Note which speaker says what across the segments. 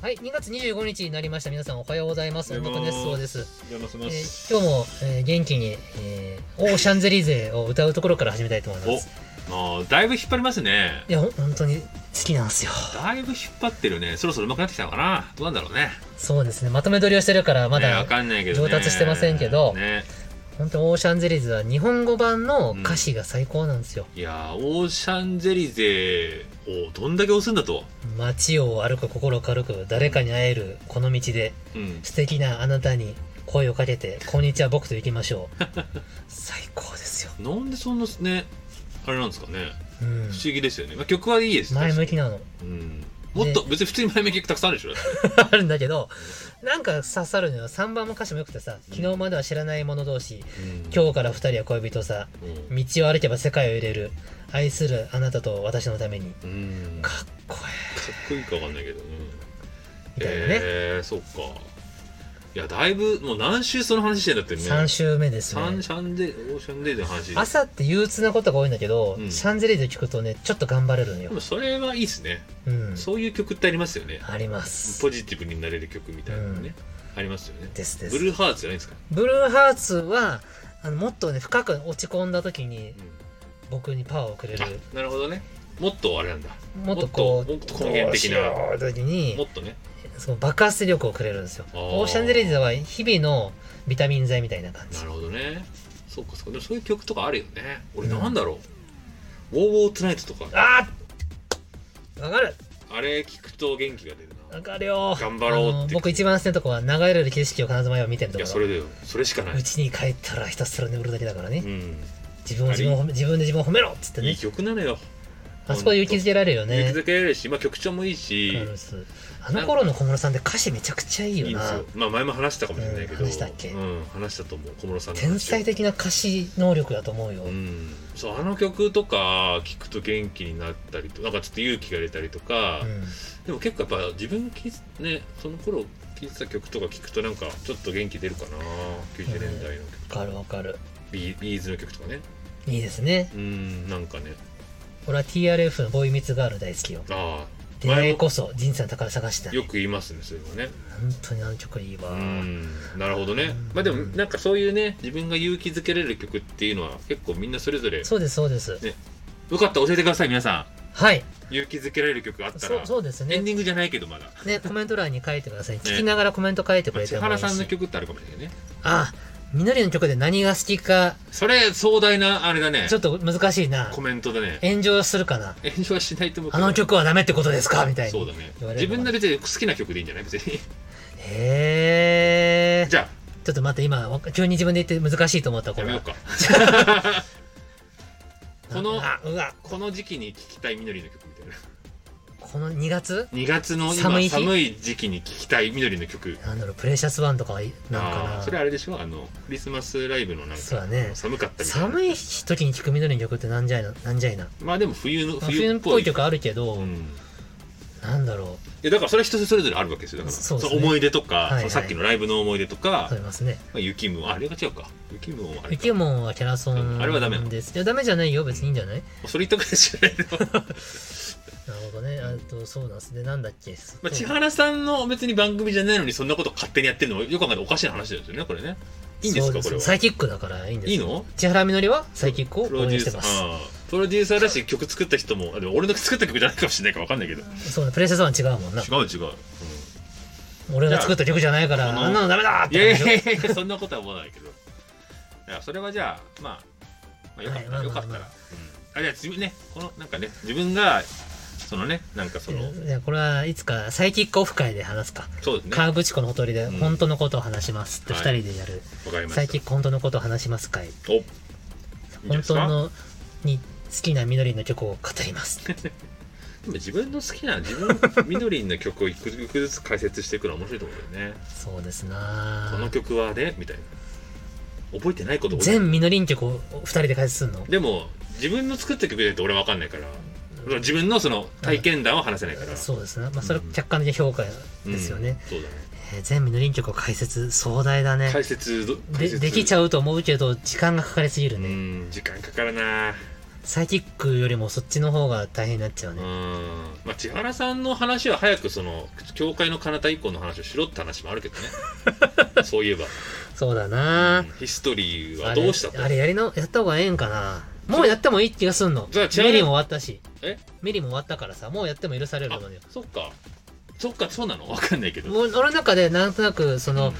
Speaker 1: はい、2月25日になりました。皆さんおはようございます。
Speaker 2: おは
Speaker 1: 音
Speaker 2: よう
Speaker 1: 楽
Speaker 2: ござい
Speaker 1: で。
Speaker 2: ますす
Speaker 1: そうです。
Speaker 2: お邪魔し
Speaker 1: え
Speaker 2: ま
Speaker 1: ー
Speaker 2: す。
Speaker 1: 今日も、えー元気に、えーオーシャンゼリーゼを歌うところから始めたいと思います。
Speaker 2: お、もうだいぶ引っ張りますね。
Speaker 1: いや、ほん本当に好きなんですよ。
Speaker 2: だいぶ引っ張ってるね。そろそろ上手くなってきたのかな。どうなんだろうね。
Speaker 1: そうですね。まとめ撮りをしてるから、ま
Speaker 2: ね
Speaker 1: だ、
Speaker 2: わかんないけど、ね、
Speaker 1: 上達してませんけど
Speaker 2: ね、
Speaker 1: 本当オーシャンゼリーゼは日本語版の歌詞が最高なんですよ。
Speaker 2: いやーオーシャンゼリゼをどんだけ押すんだと。
Speaker 1: 街を歩く、心軽く、誰かに会える、この道で、
Speaker 2: うん。
Speaker 1: 素敵なあなたに声をかけて、こんにちは、僕と行きまし ょう。最高ですよ。
Speaker 2: なんでそんなね、あれなんですかね。
Speaker 1: うん
Speaker 2: 不。思議ですよね。まあ、曲はいいです。
Speaker 1: 前向き。なの。
Speaker 2: うん。もっと、別に普通に前向き曲たくさんあるでしょ。
Speaker 1: あるんだけど、なんか刺さるのよ。3番も歌詞もよくてさ、昨日までは知らない者同士、今日から2人は恋人さ、
Speaker 2: 日。うん
Speaker 1: 道を歩けば世界を入れる、愛するあなたと私のために。
Speaker 2: うん。
Speaker 1: か
Speaker 2: かっ
Speaker 1: っこえ
Speaker 2: こいいかわかんないけど。うん
Speaker 1: えみたいなね。
Speaker 2: えー、そっか。いや、だいぶ、もう何週その話してんだってね。
Speaker 1: 3週目です
Speaker 2: サ
Speaker 1: ね
Speaker 2: ン。シャンデー、オーシャンデーでの話。
Speaker 1: 朝って憂鬱なことが多いんだけど、
Speaker 2: うん
Speaker 1: シャンゼリーゼ聞くとね、ちょっと頑張れるの
Speaker 2: で
Speaker 1: よ
Speaker 2: も。それはいいですね。
Speaker 1: うん。
Speaker 2: そういう曲ってありますよね。
Speaker 1: あります。
Speaker 2: ポジティブになれる曲みたいなのね。ありますよね。
Speaker 1: ですです。
Speaker 2: ブルーハーツじゃないですか。
Speaker 1: ブルーハーツは、あの、もっとね、深く落ち込んだ時に僕にパワーをくれる。
Speaker 2: あ、なるほどね。もっとあれなんだ。
Speaker 1: もっとこう、
Speaker 2: もっともっと根源的な
Speaker 1: どうしよう時に
Speaker 2: も、っとね。
Speaker 1: その爆発力をくれるんですよ
Speaker 2: あー
Speaker 1: オーシャンゼリーズは日々のビタミン剤みたいな感じ
Speaker 2: なるほどね。そうかそうか。でもそういう曲とかあるよね。俺
Speaker 1: うん
Speaker 2: なんだろう。ウォーウォートナイトとか。
Speaker 1: あーわかる
Speaker 2: あれ聞くと元気が出るな。
Speaker 1: わかるよ
Speaker 2: 頑張ろうって
Speaker 1: あの僕一番好きなとこは流れる景色を必ず前を見てると
Speaker 2: い
Speaker 1: こ
Speaker 2: や、それだよ。それしかな
Speaker 1: う
Speaker 2: い。
Speaker 1: ちに帰ったらひたすら眠るだけだからね、
Speaker 2: うん。
Speaker 1: 自分を自分を褒め自分で自分を褒めろっつって
Speaker 2: い
Speaker 1: ね
Speaker 2: い曲なのよ。
Speaker 1: あそこで勇気づけられるよ
Speaker 2: 勇
Speaker 1: ね
Speaker 2: 気づけられるし、まあ曲調もいいし。
Speaker 1: わかるっすあの頃の小室さんって歌詞めちゃくちゃいい
Speaker 2: いいん
Speaker 1: よ
Speaker 2: です
Speaker 1: な
Speaker 2: よ。まあ前も話したかもしれないけど。
Speaker 1: うん話したっけ
Speaker 2: うん、話したと思う。小室さんの話を
Speaker 1: 天才的な歌詞能力だと思うよ、
Speaker 2: うん。そう、あの曲とか聞くと元気になったりと、なんかちょっと勇気が出たりとか、
Speaker 1: うん
Speaker 2: でも結構やっぱ自分きね、その頃聴いてた曲とか聞くとなんかちょっと元気出るかな。90年代の曲
Speaker 1: わかるわかる
Speaker 2: ビー、ビーズの曲とかね。
Speaker 1: いいですね
Speaker 2: うん、なんかね。
Speaker 1: 俺は TRF のボーイミーツガール大好きよ
Speaker 2: あ
Speaker 1: 出会いこそ人生の宝探した
Speaker 2: あ、
Speaker 1: い
Speaker 2: よ
Speaker 1: 本
Speaker 2: く言いますね、それはね。
Speaker 1: 当にあの曲いいわ、
Speaker 2: うん、なるほど
Speaker 1: う
Speaker 2: ね
Speaker 1: ん。
Speaker 2: まあでもなんかそういうね、自分が勇気づけられる曲っていうのは結構みんなそれぞれ
Speaker 1: そうですそうです
Speaker 2: よかったら教えてください皆さ
Speaker 1: はい
Speaker 2: ん勇気づけられる曲あった
Speaker 1: そ
Speaker 2: ら
Speaker 1: うそうです
Speaker 2: エ
Speaker 1: ね
Speaker 2: ンディングじゃないけどまだ、
Speaker 1: ねコメント欄に書いてください聞きながらコメント書いてく
Speaker 2: まあ
Speaker 1: れて
Speaker 2: 千
Speaker 1: もいい
Speaker 2: 原
Speaker 1: し
Speaker 2: さんの曲ってあるかもしれないね
Speaker 1: あみのりの曲で何が好きか
Speaker 2: それ壮大なあれだね
Speaker 1: ちょっと難しいな
Speaker 2: コメントだね
Speaker 1: 炎上するかな
Speaker 2: 炎上はしないと思うけ
Speaker 1: あ
Speaker 2: ど
Speaker 1: の曲はダメってことですかみたい
Speaker 2: そう
Speaker 1: に
Speaker 2: だね
Speaker 1: 言われ
Speaker 2: 自
Speaker 1: るの
Speaker 2: 分
Speaker 1: が
Speaker 2: の別に好きな曲でいいん じゃない別に
Speaker 1: へえ
Speaker 2: じゃ
Speaker 1: ちょっと待って今急に自分で言って難しいと思った
Speaker 2: あ
Speaker 1: こ
Speaker 2: や
Speaker 1: れ
Speaker 2: めよ
Speaker 1: は
Speaker 2: う
Speaker 1: な
Speaker 2: か この
Speaker 1: あうわ
Speaker 2: この時期に聴きたいみのりの曲みたいな
Speaker 1: この2月
Speaker 2: 2月の今
Speaker 1: 寒
Speaker 2: 寒
Speaker 1: い
Speaker 2: い
Speaker 1: 日
Speaker 2: 時期に聴きたいみのりの曲
Speaker 1: なんだろうプレシャスワンとかはいいなのか
Speaker 2: あ
Speaker 1: な
Speaker 2: あそれあれでしょあのクリスマスライブのなん
Speaker 1: そう
Speaker 2: か
Speaker 1: だね
Speaker 2: 寒かったみたいな
Speaker 1: 寒い時に聴く緑の曲ってなんじゃいな、なんじゃいな。
Speaker 2: まあでも冬の
Speaker 1: まあ冬っぽい
Speaker 2: 曲
Speaker 1: 曲あるけど、
Speaker 2: うん
Speaker 1: なんだろ
Speaker 2: いやだからそれは人それぞれあるわけですよだから
Speaker 1: そうですね
Speaker 2: の思い出とか、
Speaker 1: はいはい
Speaker 2: そのさっきのライブの思い出と
Speaker 1: う、
Speaker 2: か
Speaker 1: あ、りますね。
Speaker 2: まあ、雪もああれが違うか雪もあれ
Speaker 1: イ
Speaker 2: か
Speaker 1: ケモンはキャラソン
Speaker 2: あれはダメなの
Speaker 1: です。いや、ダメじゃないよ。別にいいんじゃない
Speaker 2: それ言ったくらいじゃないの
Speaker 1: なるほどね。あと、そうなんですね。なんだっけ。
Speaker 2: まあ千原さんの別に番組じゃないのにそんなこと勝手にやってるのもよく考えておかしな話ですよねこれねいいんです
Speaker 1: そう
Speaker 2: かこれは
Speaker 1: サイキックだからいいんです。
Speaker 2: いいの
Speaker 1: 千原みのりはサイキックを
Speaker 2: プ
Speaker 1: 応
Speaker 2: ロデュ
Speaker 1: 援
Speaker 2: ー
Speaker 1: して
Speaker 2: サ
Speaker 1: ま
Speaker 2: ー
Speaker 1: す。
Speaker 2: ああプロデューサーらしい曲作った人もあでも俺の作った曲じゃないかもしれないからわかんないけど違
Speaker 1: そうね。プレシャスワン違うもんな。
Speaker 2: う違う、
Speaker 1: 俺が作った曲じゃないから、
Speaker 2: じゃあ
Speaker 1: あんなのダメだーっ
Speaker 2: うん、いやい
Speaker 1: て
Speaker 2: や
Speaker 1: 感じで
Speaker 2: いやいやそんなことは思わないけどいやそれはじゃあまあ、まあ、よかった
Speaker 1: は
Speaker 2: ら
Speaker 1: い
Speaker 2: よ
Speaker 1: まあま
Speaker 2: か
Speaker 1: あ
Speaker 2: っ
Speaker 1: ま
Speaker 2: た
Speaker 1: あ
Speaker 2: ら、うんあじゃあ次ねこのなんかね自分がそのねなんかその、
Speaker 1: いや、これはいつかサイキックオフ会で話すか。
Speaker 2: そうですねわ
Speaker 1: 河口湖のほとりで
Speaker 2: うん
Speaker 1: 本当のことを話しますって
Speaker 2: は
Speaker 1: 二
Speaker 2: い
Speaker 1: 人でやる。
Speaker 2: かりました
Speaker 1: サイキック本当のことを話します会。
Speaker 2: おいいんじゃない
Speaker 1: 本
Speaker 2: です
Speaker 1: 当
Speaker 2: か
Speaker 1: のに好きな緑の曲を語り ます。
Speaker 2: でも自分の好きな自分みのりんの曲を一個一個ずつ解説していくのは面白いと思うよ ね
Speaker 1: そうです
Speaker 2: こ
Speaker 1: な
Speaker 2: の
Speaker 1: あ
Speaker 2: 曲はねみたいな覚えてないこと多い
Speaker 1: 全緑の曲を二人で解説するの
Speaker 2: でも自分の作った曲じゃないと俺は分かんないから自分のその体験談は話せないから、
Speaker 1: そうですね。まあそれは
Speaker 2: うん
Speaker 1: 客観的な評価ですよね。
Speaker 2: うんそうだね
Speaker 1: えー全緑の曲を解説壮大だね。
Speaker 2: 解説ど解
Speaker 1: で
Speaker 2: 説
Speaker 1: できち
Speaker 2: ゃ
Speaker 1: ゃうと思うけど時間がかかりすぎる
Speaker 2: う
Speaker 1: ね。
Speaker 2: ん時間かかるな
Speaker 1: サイキックよりもそっちの方が大変になっちゃう
Speaker 2: うん
Speaker 1: ね。
Speaker 2: まあ、千原さんの話は早くその教会の彼方以降の話をしろって話もあるけど ねそういえば、
Speaker 1: そうだな
Speaker 2: うんヒストリー
Speaker 1: あ
Speaker 2: は
Speaker 1: れ
Speaker 2: どうしたと
Speaker 1: あれやりの、やった方がええんかな。もうやってもいい気がすんの。
Speaker 2: じゃあ
Speaker 1: メ
Speaker 2: 違うよ
Speaker 1: リーも終わったし。
Speaker 2: え
Speaker 1: メリーも終わったからさ、もうやっても許されると思うよ。
Speaker 2: そっかそっかそうなのわかんないけど
Speaker 1: もう俺の中でなんとなく、その、
Speaker 2: うん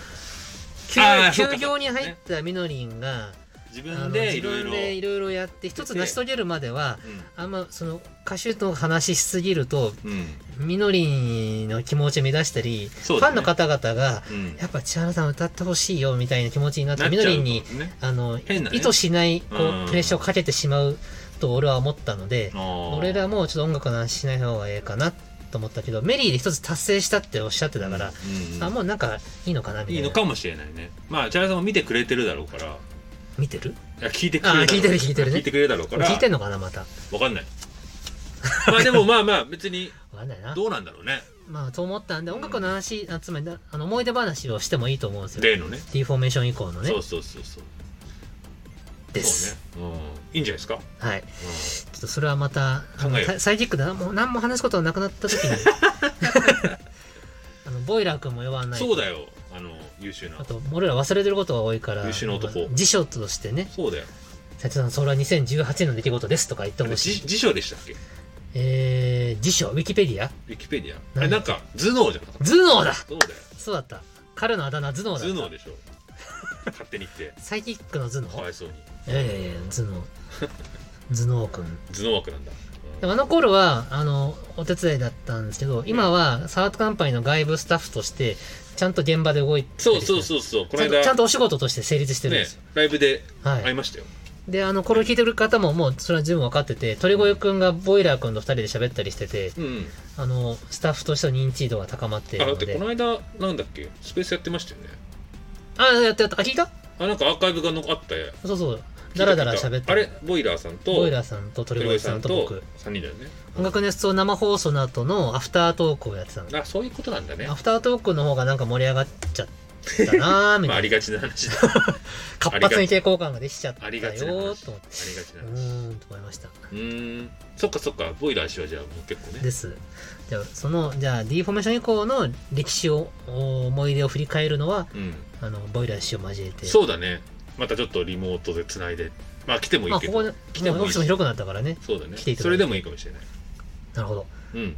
Speaker 1: 休
Speaker 2: あーそうか
Speaker 1: 休業に入ったみのりんが、
Speaker 2: 自
Speaker 1: あの
Speaker 2: 分で
Speaker 1: 自
Speaker 2: いろい
Speaker 1: 分
Speaker 2: ろ
Speaker 1: でいろいろやって、一つ成し遂げるまでは、あんまその歌手と話しすぎると、
Speaker 2: うんうん
Speaker 1: みのりんの気持ちを乱したり、フ
Speaker 2: そうだね
Speaker 1: ァンの方々が、
Speaker 2: うん
Speaker 1: やっぱ千原さん歌ってほしいよみたいな気持ちになって、
Speaker 2: なっ
Speaker 1: み
Speaker 2: ちゃ
Speaker 1: の
Speaker 2: う
Speaker 1: りんに
Speaker 2: か、もね
Speaker 1: あの、
Speaker 2: 変なね
Speaker 1: 意図しない、こ
Speaker 2: うん
Speaker 1: う、プレッシャーをかけてしまうと俺は思ったので
Speaker 2: あ、ー
Speaker 1: 俺らもちょっと音楽の話しない方がええかなと思ったけど、メリーで一つ達成したっておっしゃってたから、
Speaker 2: うんうん
Speaker 1: あ、もうなんかいいのかなみたい
Speaker 2: い
Speaker 1: な。
Speaker 2: いのかもしれないねまあ千原さんも見てくれてるだろうからい
Speaker 1: 見てる
Speaker 2: や聞いてくれるだろう
Speaker 1: あ聞いてる聞いてるね
Speaker 2: 聞いてくれるだろうから
Speaker 1: 聞いてんのかなまた。
Speaker 2: わかんないまあでもまあまあ別に
Speaker 1: わかんないな。
Speaker 2: どうなんだろうね
Speaker 1: まあ、と思ったんで、音楽の話、あつまりな、あの、思い出話をしてもいいと思うんですよ。
Speaker 2: 例のね
Speaker 1: D フォーメーション以降のね
Speaker 2: そう。そうそうそう
Speaker 1: です。
Speaker 2: そうね、うん、いいんじゃないですか、
Speaker 1: はい。
Speaker 2: う
Speaker 1: ちょっとそれはまた、あの
Speaker 2: 考えよう
Speaker 1: サイサイキックでなもう何も話すことがなくなった時 に、 あの、ボイラー君も呼ば
Speaker 2: ん
Speaker 1: ない。
Speaker 2: そうだよあの優秀な
Speaker 1: あと、俺ら忘れてることが多いから、
Speaker 2: 優秀な男
Speaker 1: 辞書としてね、
Speaker 2: そうだよ
Speaker 1: 斉藤さん、それは2018年の出来事ですとか言って
Speaker 2: あれ
Speaker 1: ほし
Speaker 2: じ
Speaker 1: い。
Speaker 2: 辞書でしたっけ
Speaker 1: えー、辞書、ウィキペディア
Speaker 2: ウィキペディアあ
Speaker 1: 何
Speaker 2: れなんか頭脳じゃなかった
Speaker 1: 頭脳だ
Speaker 2: そうだよ
Speaker 1: そうだった。彼のあだ名、頭脳だ
Speaker 2: 頭
Speaker 1: っ
Speaker 2: 脳
Speaker 1: た。
Speaker 2: でしょ勝手に言 って
Speaker 1: サイキックの頭
Speaker 2: か
Speaker 1: 脳
Speaker 2: わいそうに
Speaker 1: いやいやいや、頭 脳。頭脳くん。
Speaker 2: 頭脳枠なんだ、
Speaker 1: でもあの頃は、あの、お手伝いだったんですけど、今は、サートカンパニーの外部スタッフとして、ちゃんと現場で動いて
Speaker 2: そうそう
Speaker 1: う。
Speaker 2: そうそうこ
Speaker 1: ち
Speaker 2: の
Speaker 1: ゃんと
Speaker 2: 間
Speaker 1: ちゃんとお仕事として成立してるんで
Speaker 2: ね
Speaker 1: すよ。
Speaker 2: ライブで
Speaker 1: は
Speaker 2: 会い
Speaker 1: い。
Speaker 2: ましたよ、
Speaker 1: で、あの、これを聞いてる方ももう、それは十分分かってて、鳥越くんがボイラーくんと二人で喋ったりしてて、
Speaker 2: うんうん
Speaker 1: あの、スタッフとしての認知度が高まってい
Speaker 2: あ
Speaker 1: るの
Speaker 2: だってこ
Speaker 1: で。
Speaker 2: の間なんだっけスペースやってましたよね
Speaker 1: あ、やったやった。あ、聞いた
Speaker 2: あなんかアーカイブがのあったや
Speaker 1: そうそう。だらだら喋って。
Speaker 2: あれボイラーさんと
Speaker 1: ボイラーさんと鳥越さんと僕。
Speaker 2: 3人だよね
Speaker 1: 音楽ネスト生放送の後のアフタートークをやってたの。
Speaker 2: あそういうことなんだね
Speaker 1: アフタートークの方がなんか盛り上がっちゃったなーみ
Speaker 2: まあ、
Speaker 1: たいな。
Speaker 2: ありがち な話だ
Speaker 1: 活発に傾向感ができちゃった
Speaker 2: あ
Speaker 1: よ
Speaker 2: りがち
Speaker 1: ー
Speaker 2: な話
Speaker 1: と思って。
Speaker 2: ありがち
Speaker 1: う
Speaker 2: な話
Speaker 1: ーん、と思いました。
Speaker 2: うーんそっかそっかボイラー氏はじゃあもう結構ね
Speaker 1: です。じゃあ、その、じゃあ、D フォーメーション以降の歴史を、お思い出を振り返るのは、
Speaker 2: うん
Speaker 1: あの、ボイラー氏を交えて。
Speaker 2: そうだねまたちょっとリモートでつないでまあ来てもい
Speaker 1: ま
Speaker 2: い
Speaker 1: あ、
Speaker 2: け
Speaker 1: こ
Speaker 2: ど、
Speaker 1: こで、
Speaker 2: 来て
Speaker 1: まあ
Speaker 2: も
Speaker 1: オフィ
Speaker 2: いい
Speaker 1: スも
Speaker 2: し
Speaker 1: 広くなったからね。
Speaker 2: そうだね
Speaker 1: 来ていただいて
Speaker 2: それでもいいかもしれない
Speaker 1: なるほど。
Speaker 2: うん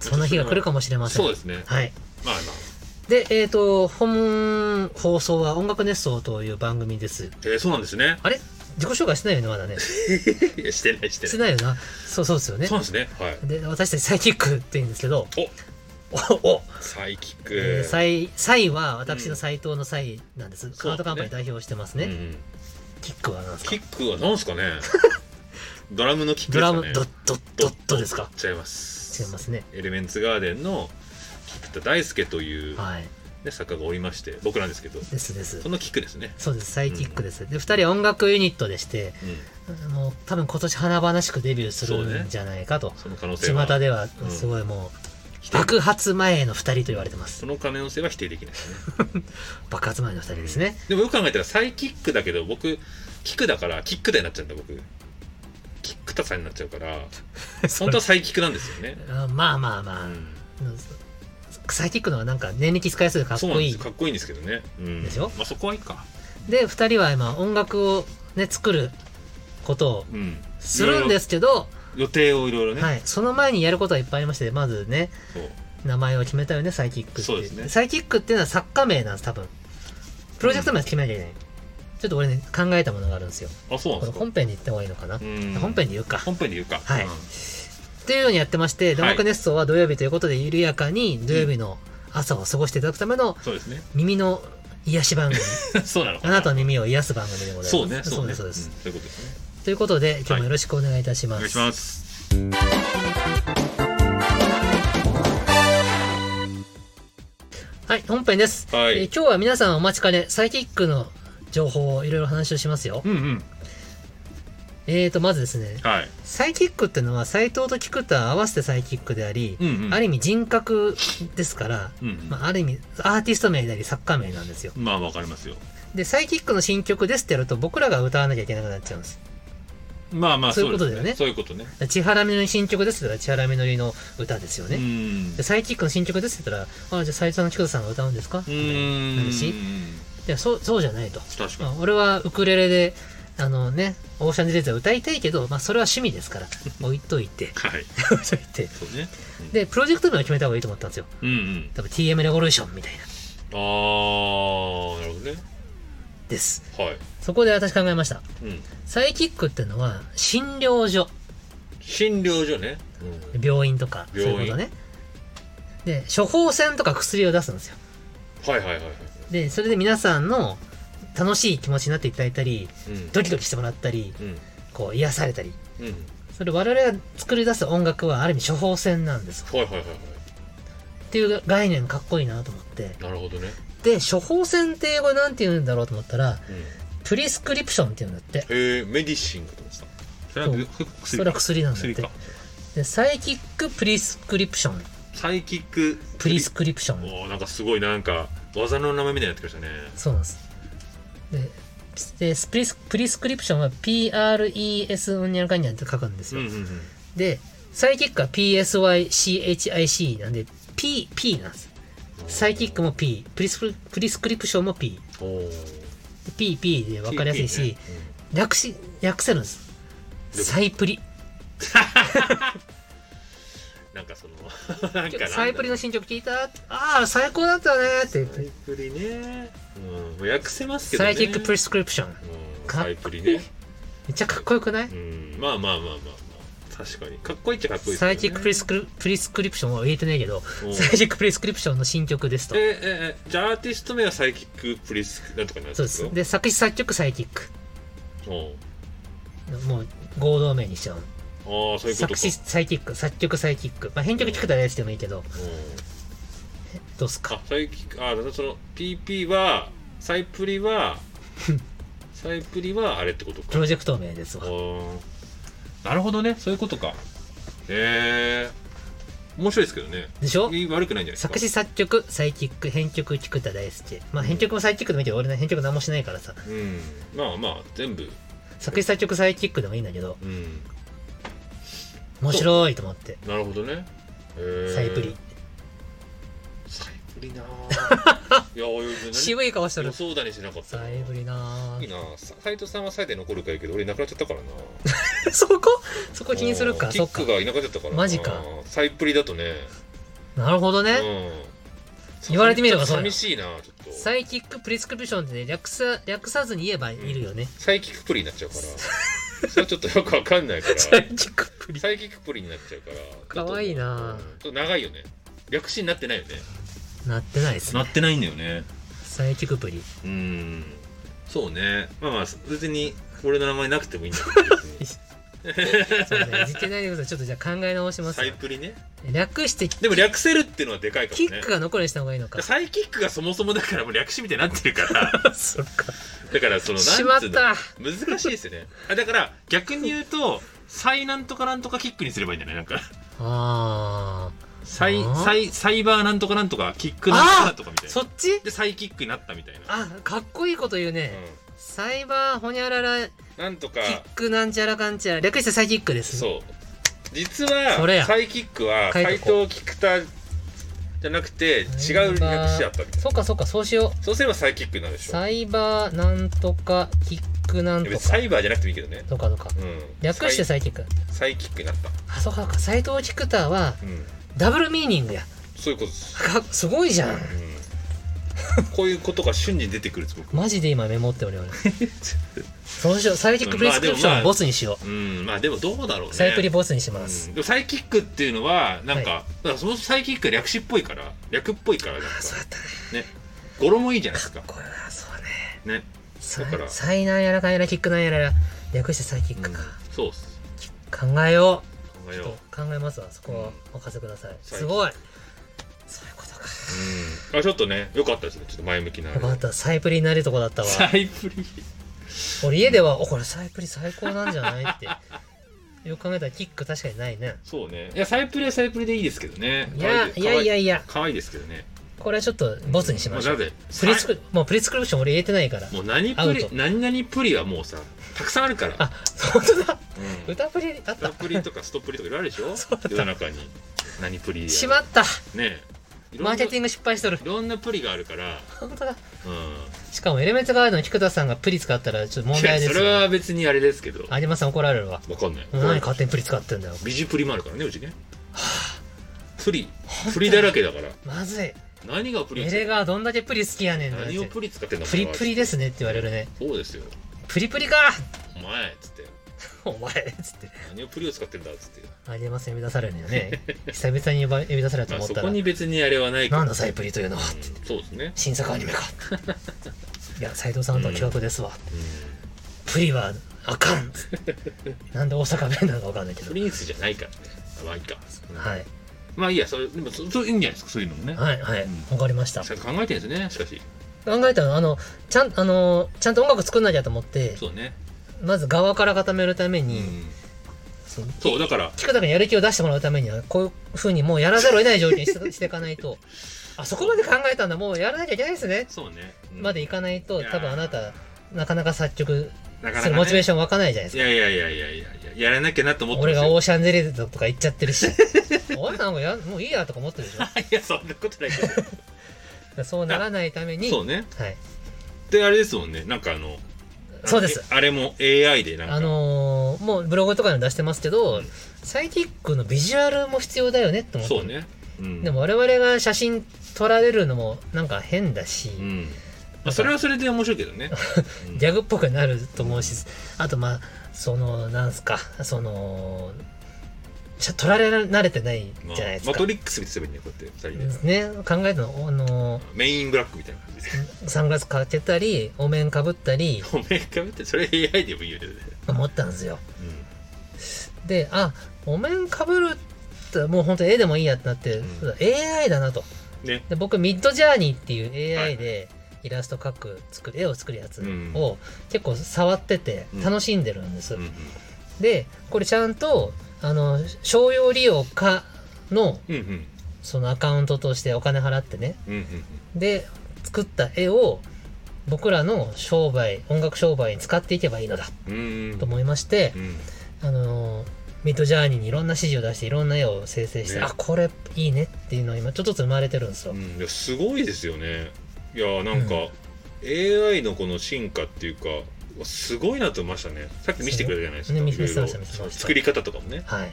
Speaker 1: そんな日が来るかもしれません。
Speaker 2: そうですね
Speaker 1: はい。
Speaker 2: まあまあ
Speaker 1: で、えっ、と、本放送は音楽熱奏という番組です。
Speaker 2: えー、そうなんですね
Speaker 1: あれ自己紹介してないよね、まだね。し
Speaker 2: いやしてないしてない
Speaker 1: てないよな。そうそうですよね
Speaker 2: そう。なんですねはい
Speaker 1: で、私たちサイキックって言うんですけど、
Speaker 2: お
Speaker 1: お、お、
Speaker 2: サイキック、
Speaker 1: えーサイ、サイは私
Speaker 2: う
Speaker 1: の
Speaker 2: ん
Speaker 1: 斎藤のサイなんです。
Speaker 2: ね
Speaker 1: カードカンパニー代表をしてます
Speaker 2: うん
Speaker 1: ね。
Speaker 2: うん、
Speaker 1: キックはなんですか
Speaker 2: キックは何す かねドラムのキッ
Speaker 1: ド
Speaker 2: クです
Speaker 1: ラ
Speaker 2: かね
Speaker 1: ム、ドッドッドッドですか
Speaker 2: 違います
Speaker 1: 違いますね。
Speaker 2: エレメンツガーデンの菊田大輔という、
Speaker 1: はい。
Speaker 2: ね、作家がおりまして僕なんですけど
Speaker 1: ですです
Speaker 2: そ。の菊ですね、
Speaker 1: そうです、サイキックです。で、二人は音楽ユニットでして、
Speaker 2: うん、
Speaker 1: もう多分今年華々しくデビューするんじゃないかと。
Speaker 2: その可能性は
Speaker 1: 巷では
Speaker 2: うん
Speaker 1: すごいも
Speaker 2: 否
Speaker 1: う
Speaker 2: 定
Speaker 1: 爆発前の二人と言われてます
Speaker 2: その可能性は否定できないですね
Speaker 1: 爆発前の二人ですね、
Speaker 2: でもよく考えたらサイキックだけど僕菊だからキックだになっちゃうんだ僕キックタさんになっちゃうから
Speaker 1: そ
Speaker 2: 本
Speaker 1: れ
Speaker 2: 当はサイキックなんですよね、
Speaker 1: あまあまあまあ、
Speaker 2: う
Speaker 1: サイキックのはなんか年力使いやすいか
Speaker 2: ん、
Speaker 1: っ
Speaker 2: そう
Speaker 1: こ
Speaker 2: なん
Speaker 1: い
Speaker 2: で
Speaker 1: い
Speaker 2: すかっこいいんですけどね、うん、
Speaker 1: でしょ
Speaker 2: まあそこはいいか
Speaker 1: で二人は今音楽をね作ることを
Speaker 2: うん
Speaker 1: するんですすけど、
Speaker 2: 予定をいろいろね、
Speaker 1: はい、その前にやることはいっぱいありましてまずね
Speaker 2: そう
Speaker 1: 名前を決めたよねサイキックって
Speaker 2: そうですね
Speaker 1: サイキックっていうのは作家名なんです多分プロジェクト名は決めなきゃいけない、ちょっと俺ね考えたものがあるんですよ
Speaker 2: あそうなん
Speaker 1: これ
Speaker 2: ですか
Speaker 1: 本編で言った方がいいのかな、
Speaker 2: うん
Speaker 1: 本編で言うか
Speaker 2: 本編で言うか
Speaker 1: はい
Speaker 2: うん
Speaker 1: っていうようにやってまして、で音
Speaker 2: はい
Speaker 1: 楽熱奏は土曜日ということで、緩やかに土曜日の朝を過ごしていただくための
Speaker 2: そうですね
Speaker 1: 耳の癒し番組、
Speaker 2: そうなのか
Speaker 1: あなたの耳を癒す番組でございます。
Speaker 2: そうね
Speaker 1: そうで
Speaker 2: ね
Speaker 1: す、そうです。
Speaker 2: んそういうことですね
Speaker 1: ということで、今日もよろしくお願いいたします。
Speaker 2: お願いします
Speaker 1: はい、本編です、
Speaker 2: はい
Speaker 1: えー今日は皆さんお待ちかね、サイキックの情報をいろいろ話をしますよ。
Speaker 2: うんうん
Speaker 1: えーと、まずですね、
Speaker 2: はい
Speaker 1: サイキックってのは、斎藤と菊田合わせてサイキックであり、
Speaker 2: うんうん
Speaker 1: ある意味人格ですから、
Speaker 2: うんうん
Speaker 1: まあ、ある意味アーティスト名であり作家名なんですよ。
Speaker 2: まあわかりますよ
Speaker 1: で、サイキックの新曲ですってやると僕らが歌わなきゃいけなくなっちゃうんです。
Speaker 2: まあまあ
Speaker 1: そういうこ
Speaker 2: で
Speaker 1: と
Speaker 2: す
Speaker 1: だよね
Speaker 2: そういうことね
Speaker 1: 千原みのり新曲ですって言ったら、千原みのりの歌ですよ
Speaker 2: う
Speaker 1: ね。
Speaker 2: ん
Speaker 1: でサイキックの新曲ですって言ったら、あ、じゃあ斉藤の菊田さんが歌うんですか
Speaker 2: う
Speaker 1: みたいな。話
Speaker 2: ん
Speaker 1: いや、そう、そうじゃないと。
Speaker 2: 確
Speaker 1: ま
Speaker 2: か
Speaker 1: あ、俺はウクレレで、あのね、オーシャンディレイズは歌いたいけど、まあ、それは趣味です から、置いといて、
Speaker 2: にはい
Speaker 1: 置いといて。
Speaker 2: そうね
Speaker 1: で、プロジェクト名を決めた方がいいと思ったんですよ。
Speaker 2: うんうん
Speaker 1: 多分 TM レボリューションみたいな。
Speaker 2: ああなるほどね
Speaker 1: です。
Speaker 2: はい
Speaker 1: そこで私考えました。
Speaker 2: うん
Speaker 1: サイキックってのは、診療所、
Speaker 2: 診療所ね
Speaker 1: 病院とか、そういうことね。で、処方箋とか薬を出すんですよ。
Speaker 2: はいはいはいはい
Speaker 1: で、それで皆さんの楽しい気持ちになっていただいたり、
Speaker 2: うん
Speaker 1: ドキドキしてもらったり、
Speaker 2: うん
Speaker 1: こう癒されたり。
Speaker 2: うん
Speaker 1: それ我々が作り出す音楽はある意味処方箋なんです。
Speaker 2: はいはいはいは
Speaker 1: っていう概念かっこいいなと思って。
Speaker 2: いなるほどね
Speaker 1: で、処方箋って英語なんて言うんだろうと思ったら、
Speaker 2: うん
Speaker 1: プリスクリプションって言うんだって。
Speaker 2: へえメディシンかと思ってたそれは
Speaker 1: そうそ
Speaker 2: 薬
Speaker 1: れは薬なんだっ
Speaker 2: 薬
Speaker 1: て
Speaker 2: か。
Speaker 1: で、サイキックプリスクリプション。
Speaker 2: サイキック
Speaker 1: プリスクリプション。
Speaker 2: おーなんかすごいなんか技の名前みたいになってきましたね
Speaker 1: そうなんです。で、でスプリスプリスクリプションは PRES うんにゃらかんにゃんって書くんです
Speaker 2: うん
Speaker 1: よ。
Speaker 2: うんうん
Speaker 1: で、サイキックは PSYCHIC なんで、P、P なんです。サイキックも P、プリスクプリスクリプションも P。
Speaker 2: おー
Speaker 1: P、P で分かりやすいし、
Speaker 2: うん
Speaker 1: 略し、略せるんです。
Speaker 2: でも
Speaker 1: サイプリ。
Speaker 2: なんかその なんかなんだ
Speaker 1: サイプリの進捗聞いたああ、最高だったねって言っ
Speaker 2: サイ
Speaker 1: て。
Speaker 2: プリねうんもう訳せますけど
Speaker 1: サ
Speaker 2: ね
Speaker 1: イキックプリスクリプション。
Speaker 2: うん
Speaker 1: かっこいい
Speaker 2: サイプリね
Speaker 1: めっちゃかっこよくない
Speaker 2: うんまあまあまあまあまあ確かにかっこいいっちゃかっこいいですよ
Speaker 1: サ
Speaker 2: ね
Speaker 1: イキックプリスクリプリスクリプションは言えてないけど、
Speaker 2: うん
Speaker 1: サイキックプリスクリプションの新曲ですと
Speaker 2: え。えええじゃあアーティスト名はサイキックプリスなんとかなん
Speaker 1: そうで
Speaker 2: か
Speaker 1: す。で、作詞作曲サイキック。
Speaker 2: おう
Speaker 1: もう合同名にしちゃう。
Speaker 2: ああそういうこ
Speaker 1: 作
Speaker 2: とか
Speaker 1: 詞サイキック、作曲サイキック。まあ、編曲聞くたらやつでもいいけど、
Speaker 2: うん
Speaker 1: どうすか
Speaker 2: あ、サイキック、あ、だからその PP は、サイプリ は、サイプリはあれってこと
Speaker 1: プ
Speaker 2: か。
Speaker 1: ロジェクト名ですわ。
Speaker 2: あーなるほどね、そういうことか。へえー、面白いですけどね。
Speaker 1: でしょ
Speaker 2: いい悪くないんじゃないですか。
Speaker 1: 作詞作曲、サイキック、編曲、菊田大輔。まあ、編曲もサイキックでもいいけど、俺ね、編曲何もしないからさ。
Speaker 2: うん。まあまあ、全部。
Speaker 1: 作詞作曲、サイキックでもいいんだけど、
Speaker 2: うん。
Speaker 1: 面白いと思って。
Speaker 2: なるほどね。へー
Speaker 1: サイプリ。。
Speaker 2: サイプリなぁ。いや、俺、
Speaker 1: 渋い顔して
Speaker 2: 何
Speaker 1: る
Speaker 2: 予。想だにしなかったな。
Speaker 1: サイプリない
Speaker 2: い
Speaker 1: ぁ。
Speaker 2: なぁさ斉藤さんはサイで残るかいいけど、俺いなくなっちゃったからなぁ。
Speaker 1: そこそこ気にする
Speaker 2: あ
Speaker 1: か。
Speaker 2: ーキ
Speaker 1: そ
Speaker 2: ッ
Speaker 1: っか
Speaker 2: ク。がいなくなっちゃったからな
Speaker 1: マジか
Speaker 2: サイプリだとね
Speaker 1: なるほどね。
Speaker 2: うん
Speaker 1: 言われてみればそうだ
Speaker 2: 寂しいなちょっとサ
Speaker 1: サ
Speaker 2: イ
Speaker 1: イキックプリスクリプションってね略さ略さずに言えばいるよね、
Speaker 2: キックプリになっちゃうからそれちょっとよくわかんな いから
Speaker 1: サイキックプリ
Speaker 2: サイキックプリになっちゃうから
Speaker 1: かわいいな
Speaker 2: ちょっとうんちょっと長いよね略詞になってないよね
Speaker 1: なってないですね
Speaker 2: てないんだよね
Speaker 1: サイキックプリ
Speaker 2: うんそうねまあまあ別に俺の名前なくてもいいんだけど別に
Speaker 1: そうねいじけないでくださいちょっとじゃあ考え直し ます
Speaker 2: サイプリね
Speaker 1: 略してキ
Speaker 2: でも略せるっていうのはでかいかも
Speaker 1: キ
Speaker 2: ね
Speaker 1: ックが残りにした方がいいのか
Speaker 2: サイキックがそもそもだからもう略詞みたいになってるか ら
Speaker 1: そっか
Speaker 2: だからそのなんつ
Speaker 1: し
Speaker 2: う
Speaker 1: まっ
Speaker 2: の
Speaker 1: た
Speaker 2: 難しいですよねあだから逆に言うと最なんとかなんとかキックにすればいいんじゃないなんか
Speaker 1: あ
Speaker 2: サイ
Speaker 1: あー
Speaker 2: サイサイバーなんとかなんとかキックなんとかなんとかみた
Speaker 1: ー
Speaker 2: い
Speaker 1: そ
Speaker 2: な
Speaker 1: っち
Speaker 2: でサイキックになったみたいな、
Speaker 1: あかっこいいこと言うね、
Speaker 2: う
Speaker 1: サイバーホニャララキ
Speaker 2: ん、なんとか
Speaker 1: ックなんちゃらかんちゃら略してサイキックです
Speaker 2: そう実
Speaker 1: それ
Speaker 2: は
Speaker 1: や
Speaker 2: サイキックは
Speaker 1: 書い
Speaker 2: 斎
Speaker 1: とこ
Speaker 2: 藤菊田じゃなくて違
Speaker 1: サイバー
Speaker 2: う略しだったみたいな
Speaker 1: そうかそうかそうしよう
Speaker 2: そうすればサイキックになるでしょ
Speaker 1: サイバーなんとかキックなんと
Speaker 2: 別に
Speaker 1: か
Speaker 2: サイバーじゃなくてもいいけどね、
Speaker 1: そうかそうか
Speaker 2: うん、
Speaker 1: 略してサ
Speaker 2: サイ
Speaker 1: イキック
Speaker 2: サイキックになった、
Speaker 1: あそうかそうか斎藤菊田は
Speaker 2: うん、
Speaker 1: ダブルミーニングや
Speaker 2: そういうことです、
Speaker 1: かすごいじゃん
Speaker 2: うん、こういうことが瞬時に出てくるんです僕
Speaker 1: マジで今メモっております そうしようサイキックプリスクリプションはボスにしよう、
Speaker 2: うんまあでもどうだろうね
Speaker 1: サイプリボスにします、
Speaker 2: うんでもサイキックっていうのはなんか,、
Speaker 1: は
Speaker 2: だからそのサイキックは略詞っぽいから略っぽいからなんか
Speaker 1: あそうだったね
Speaker 2: ね語呂もいいじゃないですか
Speaker 1: これはそうね
Speaker 2: ね、
Speaker 1: さ
Speaker 2: だから
Speaker 1: 災難やらかんやらキックなんやらや略してサイキッ
Speaker 2: う
Speaker 1: ク
Speaker 2: ん
Speaker 1: か、
Speaker 2: そうっす
Speaker 1: 考えよ
Speaker 2: 考え
Speaker 1: う
Speaker 2: よう、
Speaker 1: と
Speaker 2: うん、
Speaker 1: 考えますわそこはお任せください、
Speaker 2: サイ
Speaker 1: すごいそういうことか
Speaker 2: あちょっとね良かったですねちょっと前向きなあれ
Speaker 1: よかったサイプリになるとこだったわ
Speaker 2: サイプリ
Speaker 1: 俺家では「おこれサイプリ最高なんじゃない?」ってよく考えたらキック確かにないね
Speaker 2: そうねいやサイプリはサイプリでいいですけどね
Speaker 1: いやいやいやいや
Speaker 2: 可愛いですけどね
Speaker 1: これはちょっとボスにしましょ
Speaker 2: もう
Speaker 1: う
Speaker 2: なぜ
Speaker 1: プリスクもうプリスクリプション俺入れてないから
Speaker 2: もう何
Speaker 1: ア
Speaker 2: プ
Speaker 1: ウ
Speaker 2: リ
Speaker 1: ト
Speaker 2: 何々プリはもうさたくさんあるから
Speaker 1: あ本当だ
Speaker 2: うん
Speaker 1: 歌プリあっ
Speaker 2: 歌
Speaker 1: た
Speaker 2: プリとかストップリとかいろいろあるでし ょ
Speaker 1: そうだった
Speaker 2: 世の中に何プリやら
Speaker 1: しまった
Speaker 2: ねえいろんな
Speaker 1: マーケティング失敗しとる
Speaker 2: いろんなプリがあるから
Speaker 1: 本当だ
Speaker 2: うん
Speaker 1: しかもエレメンツガードの菊田さんがプリ使ったらちょっと問
Speaker 2: いや
Speaker 1: 題で
Speaker 2: そ
Speaker 1: す
Speaker 2: れ
Speaker 1: よ
Speaker 2: は別にあれですけど
Speaker 1: 有馬さん怒られるわ
Speaker 2: わかんない
Speaker 1: 何勝手にプリ使ってんだよ
Speaker 2: ビジプリもあるからねうちねプリプリだらけだから
Speaker 1: まずい
Speaker 2: 何がプリ
Speaker 1: エレガーどんだけプリ好きやねんだって
Speaker 2: 何をプリ使ってんだ
Speaker 1: プリプリですねって言われるね
Speaker 2: そうですよ
Speaker 1: プリプリか
Speaker 2: お前っつって
Speaker 1: お前っつって
Speaker 2: 何をプリを使ってんだっつって
Speaker 1: 有馬さん呼び出されるのよね 久々に呼ば呼び出されると
Speaker 2: まあ
Speaker 1: 思っ
Speaker 2: そ
Speaker 1: た
Speaker 2: こ
Speaker 1: ら
Speaker 2: に別にあれはないけど
Speaker 1: なんだサイプリというのは
Speaker 2: うんそうですね
Speaker 1: 新作アニメ かいや斎藤さんとは共悪ですわ、プリはあかんなんで大阪弁なのかわかんないけ
Speaker 2: プ
Speaker 1: ど
Speaker 2: リンスじゃないからねまあいいか
Speaker 1: はい
Speaker 2: まあいいやそれでもそそういいんじゃないですかそういうのもね
Speaker 1: はいはい、
Speaker 2: う
Speaker 1: わ
Speaker 2: ん
Speaker 1: かりました
Speaker 2: さ考えてるんですねしかし
Speaker 1: 考えたのあのちゃんあのちゃんと音楽作んなきゃと思って
Speaker 2: そうね
Speaker 1: まず側から固めるため
Speaker 2: う
Speaker 1: に、
Speaker 2: ん
Speaker 1: その
Speaker 2: そうだから
Speaker 1: 菊田君にやる気を出してもらうためにはこういうふうにもうやらざるを得ない条 件にししていかないとあそこまで考えたんだもうやらなきゃいけないですね、
Speaker 2: そうねうん
Speaker 1: までいかないと
Speaker 2: いやー
Speaker 1: 多分あなたなかなか作曲
Speaker 2: なか
Speaker 1: す
Speaker 2: な
Speaker 1: る
Speaker 2: か
Speaker 1: モチベー
Speaker 2: ね
Speaker 1: ション湧かないじゃないです
Speaker 2: い
Speaker 1: か
Speaker 2: やいやいやいやいやいややらなきゃなと思って
Speaker 1: 俺
Speaker 2: ます
Speaker 1: が
Speaker 2: よ
Speaker 1: オーシャンゼリーズとか行っちゃってる し俺なんかやもういいやとか思ってるでしょだか
Speaker 2: いやそんなことないけど
Speaker 1: らそうならないために
Speaker 2: そうね
Speaker 1: はい、
Speaker 2: であれですもんねなんかあの
Speaker 1: そうです
Speaker 2: あれも AI でなんか
Speaker 1: あのーもうブログとかにも出してますけど、サイキックのビジュアルも必要だよねって思って
Speaker 2: そうねうん
Speaker 1: でも我々が写真撮られるのもなんか変だし、
Speaker 2: うんまあそれはそれで面白いけ どねうん
Speaker 1: ギャグっぽくなると思うしあとまあそのなんすかそのちょ撮られ慣れてない
Speaker 2: まあ
Speaker 1: じゃないです
Speaker 2: マ
Speaker 1: か、
Speaker 2: トリックスみたいにすればいいねこうやって二人で
Speaker 1: ね考えたのあの
Speaker 2: メインブラックみたいな感じで
Speaker 1: サングラスかけたりお面かぶったり
Speaker 2: おめえかぶってそれ AI でも言うけどね
Speaker 1: 思ったんですよであお面かぶるってもう本当絵でもいいやってなって、
Speaker 2: うん
Speaker 1: そうだ AI だなと
Speaker 2: うんね
Speaker 1: で僕ミッドジャーニーっていう
Speaker 2: はい
Speaker 1: AI でイラスト描く作る絵を作るやつ
Speaker 2: うん
Speaker 1: を結構触ってて
Speaker 2: うん
Speaker 1: 楽しんでるんです、
Speaker 2: うんうん
Speaker 1: でこれちゃんとあの商用利用家の
Speaker 2: うんうん
Speaker 1: そのアカウントとしてお金払ってね
Speaker 2: うんうん
Speaker 1: で作った絵を僕らの商売音楽商売に使っていけばいいのだ
Speaker 2: うんうん
Speaker 1: と思いまして
Speaker 2: う、ん
Speaker 1: あのミッドジャーニーにいろんな指示を出していろんな絵を生成して、
Speaker 2: ね
Speaker 1: あこれいいねっていうのが今ちょっとずつ生まれてるんですよ、
Speaker 2: うんいやすごいですよねいやなんか、AI のこの進化っていうかうわすごいなと思いましたねさっき見せてくれたじゃないですか、
Speaker 1: ね見
Speaker 2: いろいろ
Speaker 1: 見せました見せました
Speaker 2: 作り方とかもね
Speaker 1: はい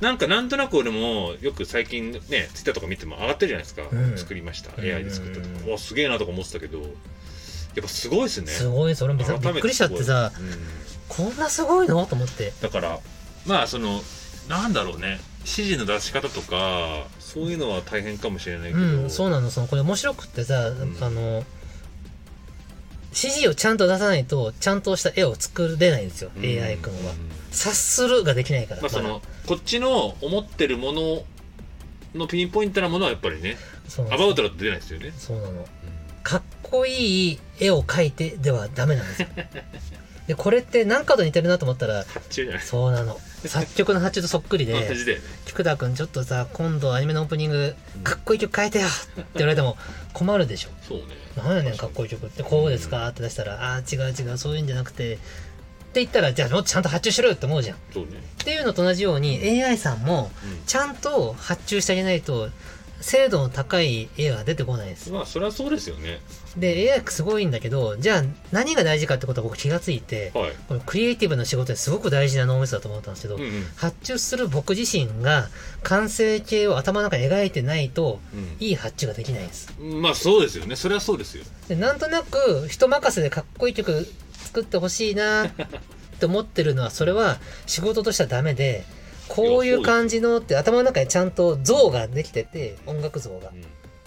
Speaker 2: なんかなんとなく俺もよく最近ねツイッターとか見ても上がってるじゃないですか、
Speaker 1: うん
Speaker 2: 作りました
Speaker 1: うん
Speaker 2: AI で作ったと
Speaker 1: う
Speaker 2: か
Speaker 1: ん
Speaker 2: うわすげえなとか思ってたけどやっぱすごいですね
Speaker 1: すごいです俺もび
Speaker 2: 改めて
Speaker 1: っくりしちゃってさ
Speaker 2: すごいうん
Speaker 1: こんなすごいのと思って
Speaker 2: だからまあそのなんだろうね指示の出し方とかそういうのは大変かもしれないけど、
Speaker 1: うんそうなのそのこれ面白くってさ、
Speaker 2: ん
Speaker 1: あの指示をちゃんと出さないとちゃんとした絵を作れないんですよ、
Speaker 2: うん
Speaker 1: AI 君は
Speaker 2: うん
Speaker 1: 察するができないから、
Speaker 2: まあそ
Speaker 1: ま
Speaker 2: のこっちの思ってるもののピンポイントなものはやっぱりね
Speaker 1: だそうな
Speaker 2: ア
Speaker 1: の
Speaker 2: バウトだと出ないですよね、
Speaker 1: そうなのかっこいい絵を描いてではダメなん ですよでこれって何かと似てるなと思ったら
Speaker 2: 発注じゃない
Speaker 1: そうなの作曲の発注とそっくり
Speaker 2: 同
Speaker 1: で
Speaker 2: じだよね
Speaker 1: 菊田君ちょっとさ今度アニメのオープニングかっこいい曲変えてよって言われても困るでしょ
Speaker 2: そうね
Speaker 1: なんやねんかっこいい曲ってこうですかって出したら、ああー違う違うそういうんじゃなくてって言ったらじゃあもっとちゃんと発注しろよって思うじゃんっ
Speaker 2: そうね、
Speaker 1: ていうのと同じように AI さんもちゃんと発注してあげないと精度の高い絵が出てこないです
Speaker 2: うん、まあそれはそうですよね
Speaker 1: で AI すごいんだけどじゃあ何が大事かってことは僕気がついて
Speaker 2: はい
Speaker 1: これクリエイティブの仕事ですごく大事な脳みそだと思ったんですけど、
Speaker 2: うんうん
Speaker 1: 発注する僕自身が完成形を頭の中に描いてないといい発注ができないんです
Speaker 2: うんまあそうですよねそれはそうですよ
Speaker 1: でなんとなく人任せでかっこいい曲作ってほしいなって思ってるのはそれは仕事としてはダメでこういう感じのって頭の中にちゃんと像ができてて音楽像が
Speaker 2: うん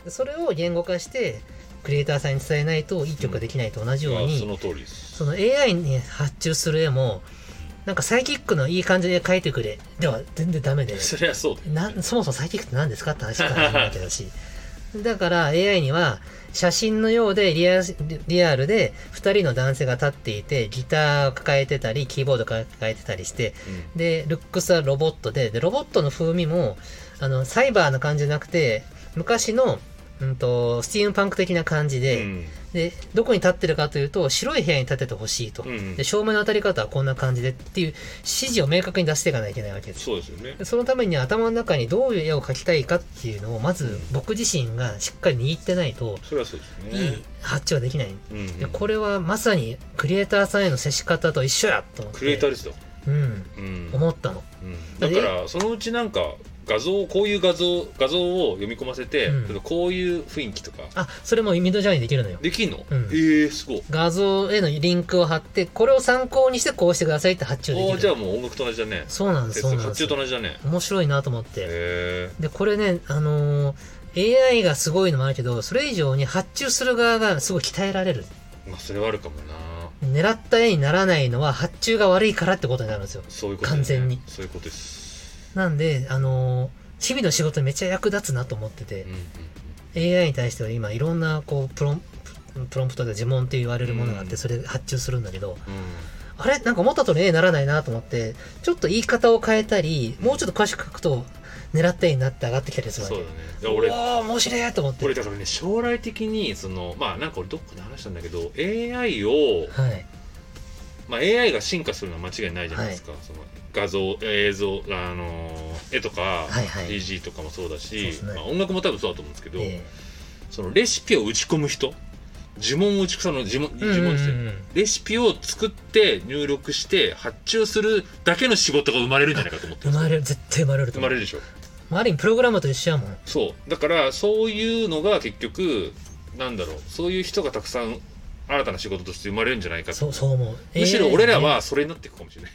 Speaker 1: でそれを言語化してクリエイターさんに伝えないといい曲ができないと同じよう
Speaker 2: まあ
Speaker 1: に、
Speaker 2: その通りです
Speaker 1: その AI に発注する絵もなんかサイキックのいい感じで描いてくれでは全然ダメで
Speaker 2: それはそうだよね
Speaker 1: なそもそもサイキックって何ですかって話から始まってたし だから AI には写真のようでリアリアルで2人の男性が立っていてギターを抱えてたりキーボード抱えてたりして
Speaker 2: うん
Speaker 1: でルックスはロボットででロボットの風味もあのサイバーな感じじゃなくて昔のうんと、スティームパンク的な感じ
Speaker 2: う
Speaker 1: で、
Speaker 2: ん
Speaker 1: で、どこに立ってるかというと、白い部屋に立ててほしいと。
Speaker 2: うん
Speaker 1: で、照明の当たり方はこんな感じでっていう指示を明確に出していかなきゃいけないわけです。
Speaker 2: そうですよね
Speaker 1: でそのために頭の中にどういう絵を描きたいかっていうのを、まず僕自身がしっかり握ってないと、
Speaker 2: それはそうですよ
Speaker 1: い
Speaker 2: ね
Speaker 1: い発注はできない。
Speaker 2: うんうん
Speaker 1: でこれはまさにクリエイターさんへの接し方と一緒やと思って。
Speaker 2: クリエイターですよ、
Speaker 1: うん。
Speaker 2: うん
Speaker 1: 思ったの。
Speaker 2: うんだからそのうちなんか画像こういう画像画像を読み込ませて、
Speaker 1: うん
Speaker 2: ちょっとこういう雰囲気とか
Speaker 1: あ、それもミドジャーニーできるのよ。
Speaker 2: できんの、
Speaker 1: うん
Speaker 2: えー、すごい
Speaker 1: 画像へのリンクを貼って、これを参考にしてこうしてくださいって発注でき
Speaker 2: お
Speaker 1: る。
Speaker 2: ーじゃあもう音楽と同じだね
Speaker 1: そうなんです、そうなんで
Speaker 2: 発
Speaker 1: す
Speaker 2: 注。と同じだね
Speaker 1: 面白いなと思って。
Speaker 2: へ
Speaker 1: で、これね、あのー AI がすごいのもあるけど、それ以上に発注する側がすごい鍛えられる。
Speaker 2: えまあそれはあるかもな
Speaker 1: 狙った絵にならないのは発注が悪いからってことになるんですよ。
Speaker 2: そういうこと、ね、
Speaker 1: 完全に
Speaker 2: そういうことです
Speaker 1: なんで、あのー日々の仕事めっちゃ役立つなと思ってて
Speaker 2: うん、うん
Speaker 1: AI に対しては今いろんなこうプロンプロンプトで呪文って言われるものがあっ
Speaker 2: う
Speaker 1: て
Speaker 2: ん
Speaker 1: それ発注するんだけど、
Speaker 2: うん
Speaker 1: あれなんか思った通り絵にならないなと思って、ちょっと言い方を変えたり、もうちょっと詳しく書くと狙った絵になって上がってきたりするわ
Speaker 2: そう
Speaker 1: け
Speaker 2: だね。いや俺
Speaker 1: おー面白いと思って。
Speaker 2: 俺だからね将来的にそのまあなんか俺どっかで話したんだけど AI を、
Speaker 1: はい。
Speaker 2: まあ、AI が進化するのは間違いないじゃないですか、その画像映像あのー絵とか、
Speaker 1: はいはい
Speaker 2: CG とかもそうだ
Speaker 1: そうで
Speaker 2: し
Speaker 1: すね
Speaker 2: まあ、音楽も多分そうだと思うんですけど、
Speaker 1: え
Speaker 2: そのレシピを打ち込む人呪文を打ち込むの呪文
Speaker 1: えうんう
Speaker 2: 呪
Speaker 1: んう
Speaker 2: 文
Speaker 1: ん
Speaker 2: して、レシピを作って入力して発注するだけの仕事が生まれるんじゃないかと思って
Speaker 1: 生まれる、絶対生まれると
Speaker 2: 生
Speaker 1: 思
Speaker 2: ま
Speaker 1: う。
Speaker 2: れるでしょ
Speaker 1: まあある意味プログラムと一緒やもん。
Speaker 2: そうだからそういうのが結局なんだろうそういう人がたくさん新たな仕事として生まれるんじゃないかと
Speaker 1: そう、そう思う。
Speaker 2: むしろ俺ら
Speaker 1: AI ね
Speaker 2: はそれになっていくかもしれな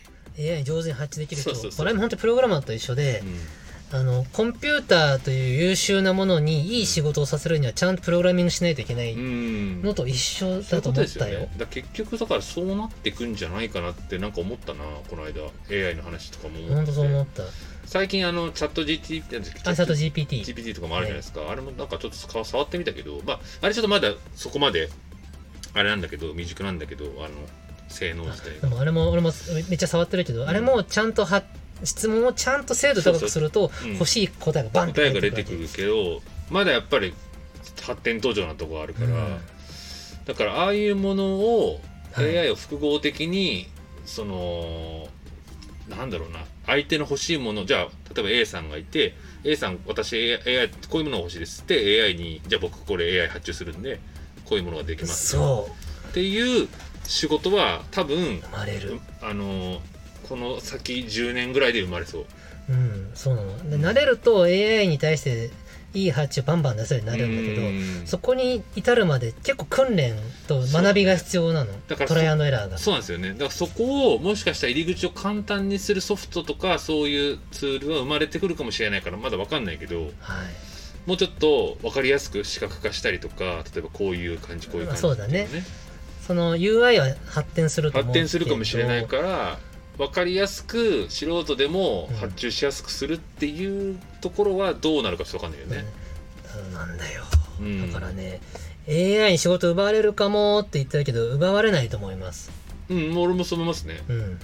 Speaker 2: い、
Speaker 1: AI 上手に発注できる人。
Speaker 2: そうそうそう
Speaker 1: これは本当にプログラマーと一緒で、
Speaker 2: う
Speaker 1: あの、コンピューターという優秀なものにいい仕事をさせるにはちゃんとプログラミングしないといけない
Speaker 2: んうん
Speaker 1: のと一緒
Speaker 2: そうい
Speaker 1: だと
Speaker 2: うこ
Speaker 1: 思
Speaker 2: と
Speaker 1: っ
Speaker 2: ですよ
Speaker 1: た
Speaker 2: ね
Speaker 1: よ。
Speaker 2: だから結局だからそうなってくんじゃないかなってなんか思ったなこの間 AI の話とかも思って
Speaker 1: 本当そう思った。
Speaker 2: 最近あのチャット GT なんです
Speaker 1: あ、チャット GPT。
Speaker 2: GPT とかもあるじゃないですか、あれもなんかちょっと使わ触ってみたけど、まあ、あれちょっとまだそこまであれなんだけど未熟なんだけどあの性能自体
Speaker 1: で
Speaker 2: が
Speaker 1: もあれも俺もめっちゃ触ってるけど、あれもちゃんとは質問をちゃんと精度高くすると
Speaker 2: ううん
Speaker 1: 欲しい答えがバンって
Speaker 2: 答えが出てく
Speaker 1: わけ
Speaker 2: るけどまだやっぱり発展途上なとこあるか
Speaker 1: う
Speaker 2: ら、
Speaker 1: ん
Speaker 2: だからああいうものを
Speaker 1: はい
Speaker 2: AI を複合的に、そのなんだろうな相手の欲しいものじゃあ例えば A さんがいて A さん私 AI, こういうものが欲しいですって AI にじゃあ僕これ AI 発注するんでこういうものができます
Speaker 1: そう
Speaker 2: っていう仕事は多分
Speaker 1: 生まれる
Speaker 2: あのこの先10年ぐらいで生まれそう
Speaker 1: うんそうなので慣れると AI に対していい発注バンバン出せるようになるんだけど
Speaker 2: うん
Speaker 1: そこに至るまで結構訓練と学びが必要なの、
Speaker 2: だから
Speaker 1: トライアンドエラーが
Speaker 2: そうなんですよねだからそこをもしかしたら入り口を簡単にするソフトとかそういうツールは生まれてくるかもしれないからまだ分かんないけど
Speaker 1: はい
Speaker 2: もうちょっと分かりやすく視覚化したりとか例えばこういう感じこういう感じ
Speaker 1: まあそうだね
Speaker 2: ってい
Speaker 1: その UI は発展すると思う
Speaker 2: 発展するかもしれない
Speaker 1: けど
Speaker 2: から分かりやすく素人でも
Speaker 1: うん
Speaker 2: 発注しやすくするっていうところはどうなるかちょっと分かんないよね、
Speaker 1: うんなんだよ
Speaker 2: うん、
Speaker 1: だからね AI に仕事奪われるかもって言ってるけど奪われないと思います
Speaker 2: うん俺もそう思いますね
Speaker 1: うん
Speaker 2: うん、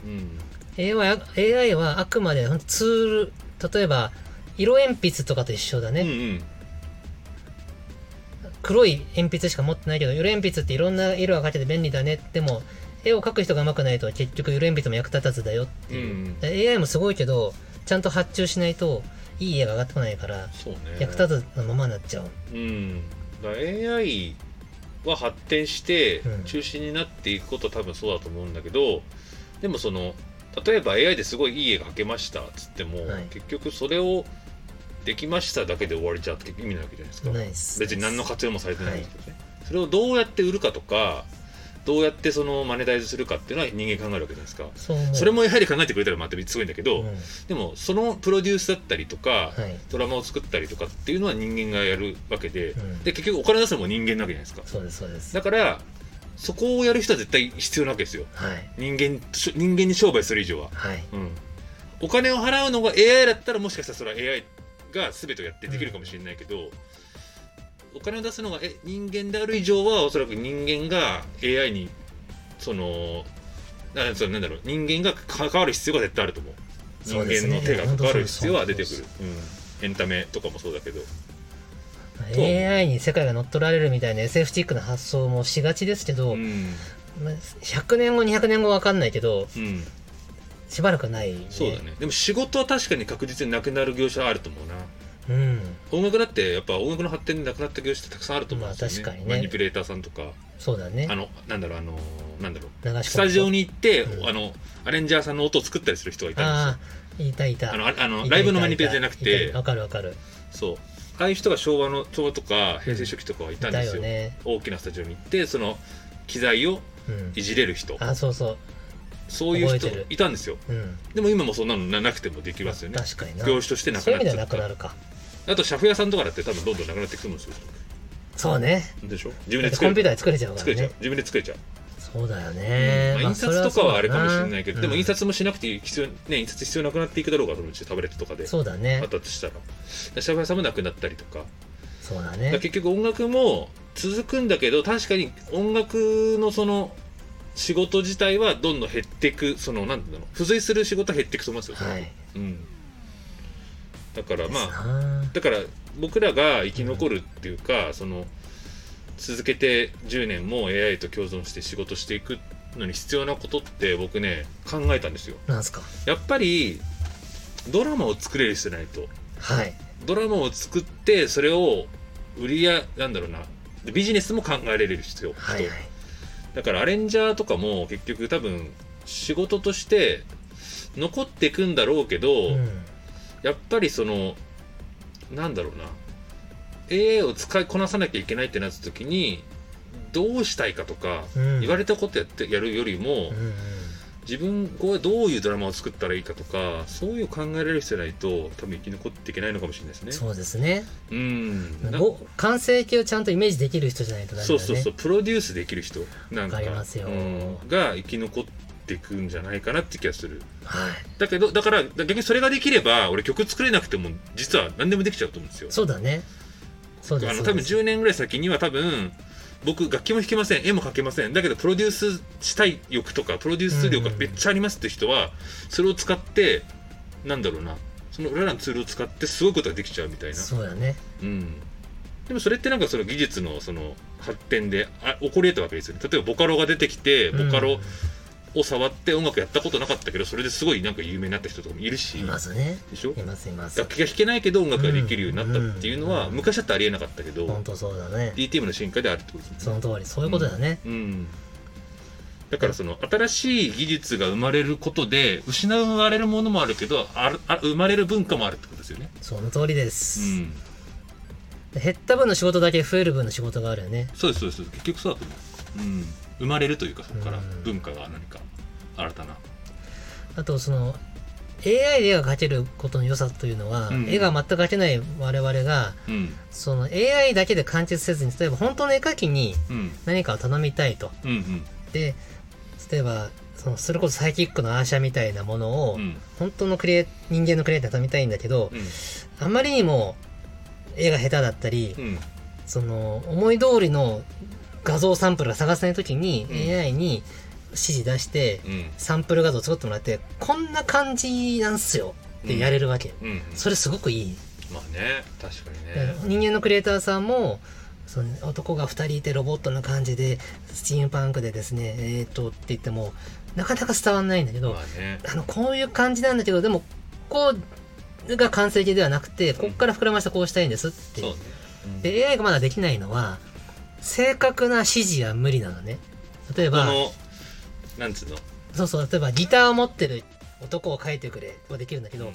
Speaker 1: AI は AI はあくまでほんとツール例えば色鉛筆とかと一緒だね、
Speaker 2: うんうん
Speaker 1: 黒い鉛筆しか持ってないけど色鉛筆っていろんな色が描けて便利だねでも絵を描く人が上手くないと結局色鉛筆も役立たずだよっていう、
Speaker 2: うんうん
Speaker 1: だから AI もすごいけどちゃんと発注しないといい絵が上がってこないから
Speaker 2: そうね
Speaker 1: 役立たずのままになっちゃう、
Speaker 2: うん、だから AI は発展して
Speaker 1: うん
Speaker 2: 中心になっていくことは多分そうだと思うんだけど、でもその例えば AI ですごいいい絵が描けましたっつっても、
Speaker 1: はい
Speaker 2: 結局それをできましただけで終わりちゃうって意味なわけじゃないですか
Speaker 1: ないです
Speaker 2: 別に何の活用もされてないんですけどね、それをどうやって売るかとかどうやってそのマネタイズするかっていうのは人間考えるわけじゃないですか、
Speaker 1: そう思う
Speaker 2: それもやはり考えてくれたらまたすごいんだけ
Speaker 1: う
Speaker 2: ど、
Speaker 1: んは
Speaker 2: でもそのプロデュースだったりとか、
Speaker 1: い、
Speaker 2: ドラマを作ったりとかっていうのは人間がやるわけで、
Speaker 1: うん、
Speaker 2: で結局お金出すのも人間なわけじゃないですか
Speaker 1: そうですそうです
Speaker 2: だからそこをやる人は絶対必要なわけですよ
Speaker 1: はい
Speaker 2: 人間し人間に商売する以上は、
Speaker 1: はい
Speaker 2: うん、お金を払うのが AI だったらもしかしたらそれは AI が全てをやってできるかもしれないけど、お金を出すのがえ人間である以上はおそらく人間が AI にそのなそのなんだろう人間が関わる必要が絶対あると思う人
Speaker 1: そうです
Speaker 2: 間
Speaker 1: ね
Speaker 2: の手が関わる必要は出てく
Speaker 1: いや
Speaker 2: る、うん、エンタメとかもそうだけど
Speaker 1: AI に世界が乗っ取られるみたいな SF チックな発想もしがちですけど、
Speaker 2: うん
Speaker 1: まあ100年後200年後わかんないけど
Speaker 2: うん
Speaker 1: しばらくない、ね、
Speaker 2: そうだねでも仕事は確かに確実になくなる業種はあると思うな
Speaker 1: うん
Speaker 2: 音楽だってやっぱ音楽の発展でなくなった業種ってたくさんあると思うんですよ、ね
Speaker 1: まあ確かにね
Speaker 2: マニピュレーターさんとか
Speaker 1: そうだね
Speaker 2: あのなんだろうあのなんだろう
Speaker 1: 流し込む
Speaker 2: スタジオに行って、
Speaker 1: うん
Speaker 2: あのアレンジャーさんの音を作ったりする人がいたんです
Speaker 1: ああいたいた
Speaker 2: よあのああの
Speaker 1: いたいた
Speaker 2: ライブのマニピュレじゃなく
Speaker 1: いたい
Speaker 2: て
Speaker 1: たわかるわかる
Speaker 2: そうああいう人が昭和の昭和とか平成初期とかはい
Speaker 1: い
Speaker 2: たんで
Speaker 1: た
Speaker 2: す
Speaker 1: よ
Speaker 2: よ
Speaker 1: ね
Speaker 2: 大きなスタジオに行ってその機材を
Speaker 1: うん
Speaker 2: いじれる人
Speaker 1: あそうそ
Speaker 2: そういう人
Speaker 1: 覚えてる
Speaker 2: いたんですよ
Speaker 1: ううん
Speaker 2: でも今もそんなのななくてもできますよね
Speaker 1: 確かにな
Speaker 2: 業種としてなく
Speaker 1: そうい
Speaker 2: な
Speaker 1: う
Speaker 2: っ
Speaker 1: 意味では
Speaker 2: ちゃ
Speaker 1: な
Speaker 2: った
Speaker 1: くなるか
Speaker 2: あとシャフ屋さんとかだって多分どんどんなくなっていくと思うんですよ
Speaker 1: そうね
Speaker 2: でしょ自分
Speaker 1: だって
Speaker 2: で
Speaker 1: コ
Speaker 2: 作
Speaker 1: ンピュ
Speaker 2: れ
Speaker 1: ーターで作れちゃうか
Speaker 2: 作
Speaker 1: ら
Speaker 2: れちゃ
Speaker 1: ね
Speaker 2: う自分で作れちゃう、
Speaker 1: そうだよね、
Speaker 2: まあ
Speaker 1: まあ
Speaker 2: 印
Speaker 1: それ
Speaker 2: 刷とかはあれかもしれないけど、
Speaker 1: そう
Speaker 2: で
Speaker 1: だ
Speaker 2: も印刷もしなくて必要ね印刷必要なくなっていくだろうがそのうちタブレットとかで
Speaker 1: そうだね
Speaker 2: あったとしたらだからシャフ屋さんもなくなったりとか
Speaker 1: そうだ
Speaker 2: だから
Speaker 1: ね
Speaker 2: 結局音楽も続くんだけど確かに音楽のその仕事自体はどんどん減っていくそのなんていうの付随する仕事は減っていくと思いますよ、
Speaker 1: はい
Speaker 2: うん、だからまあ
Speaker 1: あ
Speaker 2: だから僕らが生き残るっていうか、その続けて10年も AI と共存して仕事していくのに必要なことって僕ね考えたんですよ
Speaker 1: なんすか
Speaker 2: やっぱりドラマを作れる人じゃないと
Speaker 1: はい
Speaker 2: ドラマを作ってそれを売りやなんだろうなビジネスも考えられる必要、
Speaker 1: はいはい
Speaker 2: だからアレンジャーとかも結局多分仕事として残っていくんだろうけど、
Speaker 1: うん
Speaker 2: やっぱりそのなんだろうな AI を使いこなさなきゃいけないってなった時にどうしたいかとか、
Speaker 1: うん
Speaker 2: 言われたことやってやるよりも、
Speaker 1: うんうん
Speaker 2: 自分がどういうドラマを作ったらいいかとかそういう考えられる人じゃないと多分生き残っていけないのかもしれないですね。
Speaker 1: そうですね
Speaker 2: うんな
Speaker 1: ご完成形をちゃんとイメージできる人じゃないとダメだ
Speaker 2: そ
Speaker 1: よ
Speaker 2: う
Speaker 1: ね
Speaker 2: そうそうプロデュースできる人なんか
Speaker 1: わかりますよ
Speaker 2: うんが生き残っていくんじゃないかなって気がする。
Speaker 1: はい
Speaker 2: だけどだから逆にそれができれば俺曲作れなくても実は何でもできちゃうと思うんですよ。
Speaker 1: そうだねそうで
Speaker 2: あ
Speaker 1: す
Speaker 2: の
Speaker 1: そう
Speaker 2: 多分
Speaker 1: です
Speaker 2: 10年ぐらい先には多分僕楽器も弾けません絵も描けませんだけどプロデュースしたい欲とかプロデュース力がめっちゃありますって人はそれを使ってなんだろうなその俺らのツールを使ってすごいことができちゃうみたいな、
Speaker 1: そうだね
Speaker 2: うん、でもそれってなんかその技術のその発展であ起こり得たわけですよね例えばボカロが出てきてボカロを触って音楽やったことなかったけどそれですごいなんか有名になった人とかもいるし
Speaker 1: いますね
Speaker 2: でしょ
Speaker 1: いますいます
Speaker 2: 楽器が弾けないけど音楽ができるようになったっていうの
Speaker 1: う
Speaker 2: は
Speaker 1: んうん
Speaker 2: 昔だってありえなかったけど、
Speaker 1: 本当そうだね
Speaker 2: DTM の進化であるってことです
Speaker 1: その通りそういうことだね、
Speaker 2: うんだからその新しい技術が生まれることで失われるものもあるけどあるあ生まれる文化もあるってことですよね。
Speaker 1: その通りです、
Speaker 2: うん、
Speaker 1: 減った分の仕事だけ増える分の仕事があるよね
Speaker 2: そうですそうです結局そうだと思う。うん、生まれるというかそこから
Speaker 1: うん
Speaker 2: 文化が何か新たな。
Speaker 1: あとその AI で絵が描けることの良さというのは、
Speaker 2: うん
Speaker 1: 絵が全く描けない我々が
Speaker 2: うん
Speaker 1: その AI だけで完結せずに例えば本当の絵描きに
Speaker 2: うん
Speaker 1: 何かを頼みたいと
Speaker 2: うんうん
Speaker 1: で例えばそのそれこそサイキックのアーシャみたいなものを、
Speaker 2: うんうん
Speaker 1: 本当のクリエ人間のクリエイターに頼みたいんだけど、あまりにも絵が下手だったり、
Speaker 2: うん
Speaker 1: その思い通りの画像サンプルが探せない時に、
Speaker 2: うん
Speaker 1: AI に指示出して、
Speaker 2: うん
Speaker 1: サンプル画像作ってもらってこんな感じなんすよってやれるわけ、
Speaker 2: うん
Speaker 1: それすごくいい、
Speaker 2: まあね確かにね。
Speaker 1: 人間のクリエイターさんもその男が2人いてロボットな感じでスチームパンクでですねえー、とって言ってもなかなか伝わんないんだけど、
Speaker 2: まあね。
Speaker 1: あのこういう感じなんだけどでもこうが完成形ではなくてこっから膨らましてこうしたいんですって
Speaker 2: そう
Speaker 1: いう
Speaker 2: ね。うん
Speaker 1: で AI がまだできないのは正確な指示は無理なのね例え
Speaker 2: こ
Speaker 1: ば
Speaker 2: のなんつうの。
Speaker 1: そうそう例えばギターを持ってる男を描いてくれはできるんだけど、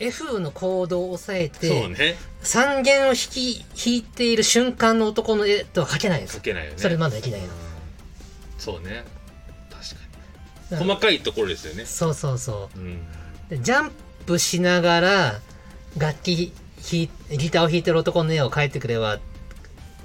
Speaker 1: F のコードを抑え
Speaker 2: そう
Speaker 1: て、
Speaker 2: ね
Speaker 1: 三弦を弾き弾いている瞬間の男の絵とは描けないんです
Speaker 2: 書
Speaker 1: よ
Speaker 2: けないよね。
Speaker 1: それまだできないの
Speaker 2: そうね確
Speaker 1: だか
Speaker 2: かに
Speaker 1: ら
Speaker 2: 細かいところですよね
Speaker 1: そうそうそ
Speaker 2: うん
Speaker 1: うでジャンプしながら楽器弾いギターを弾いてる男の絵を描いてくれは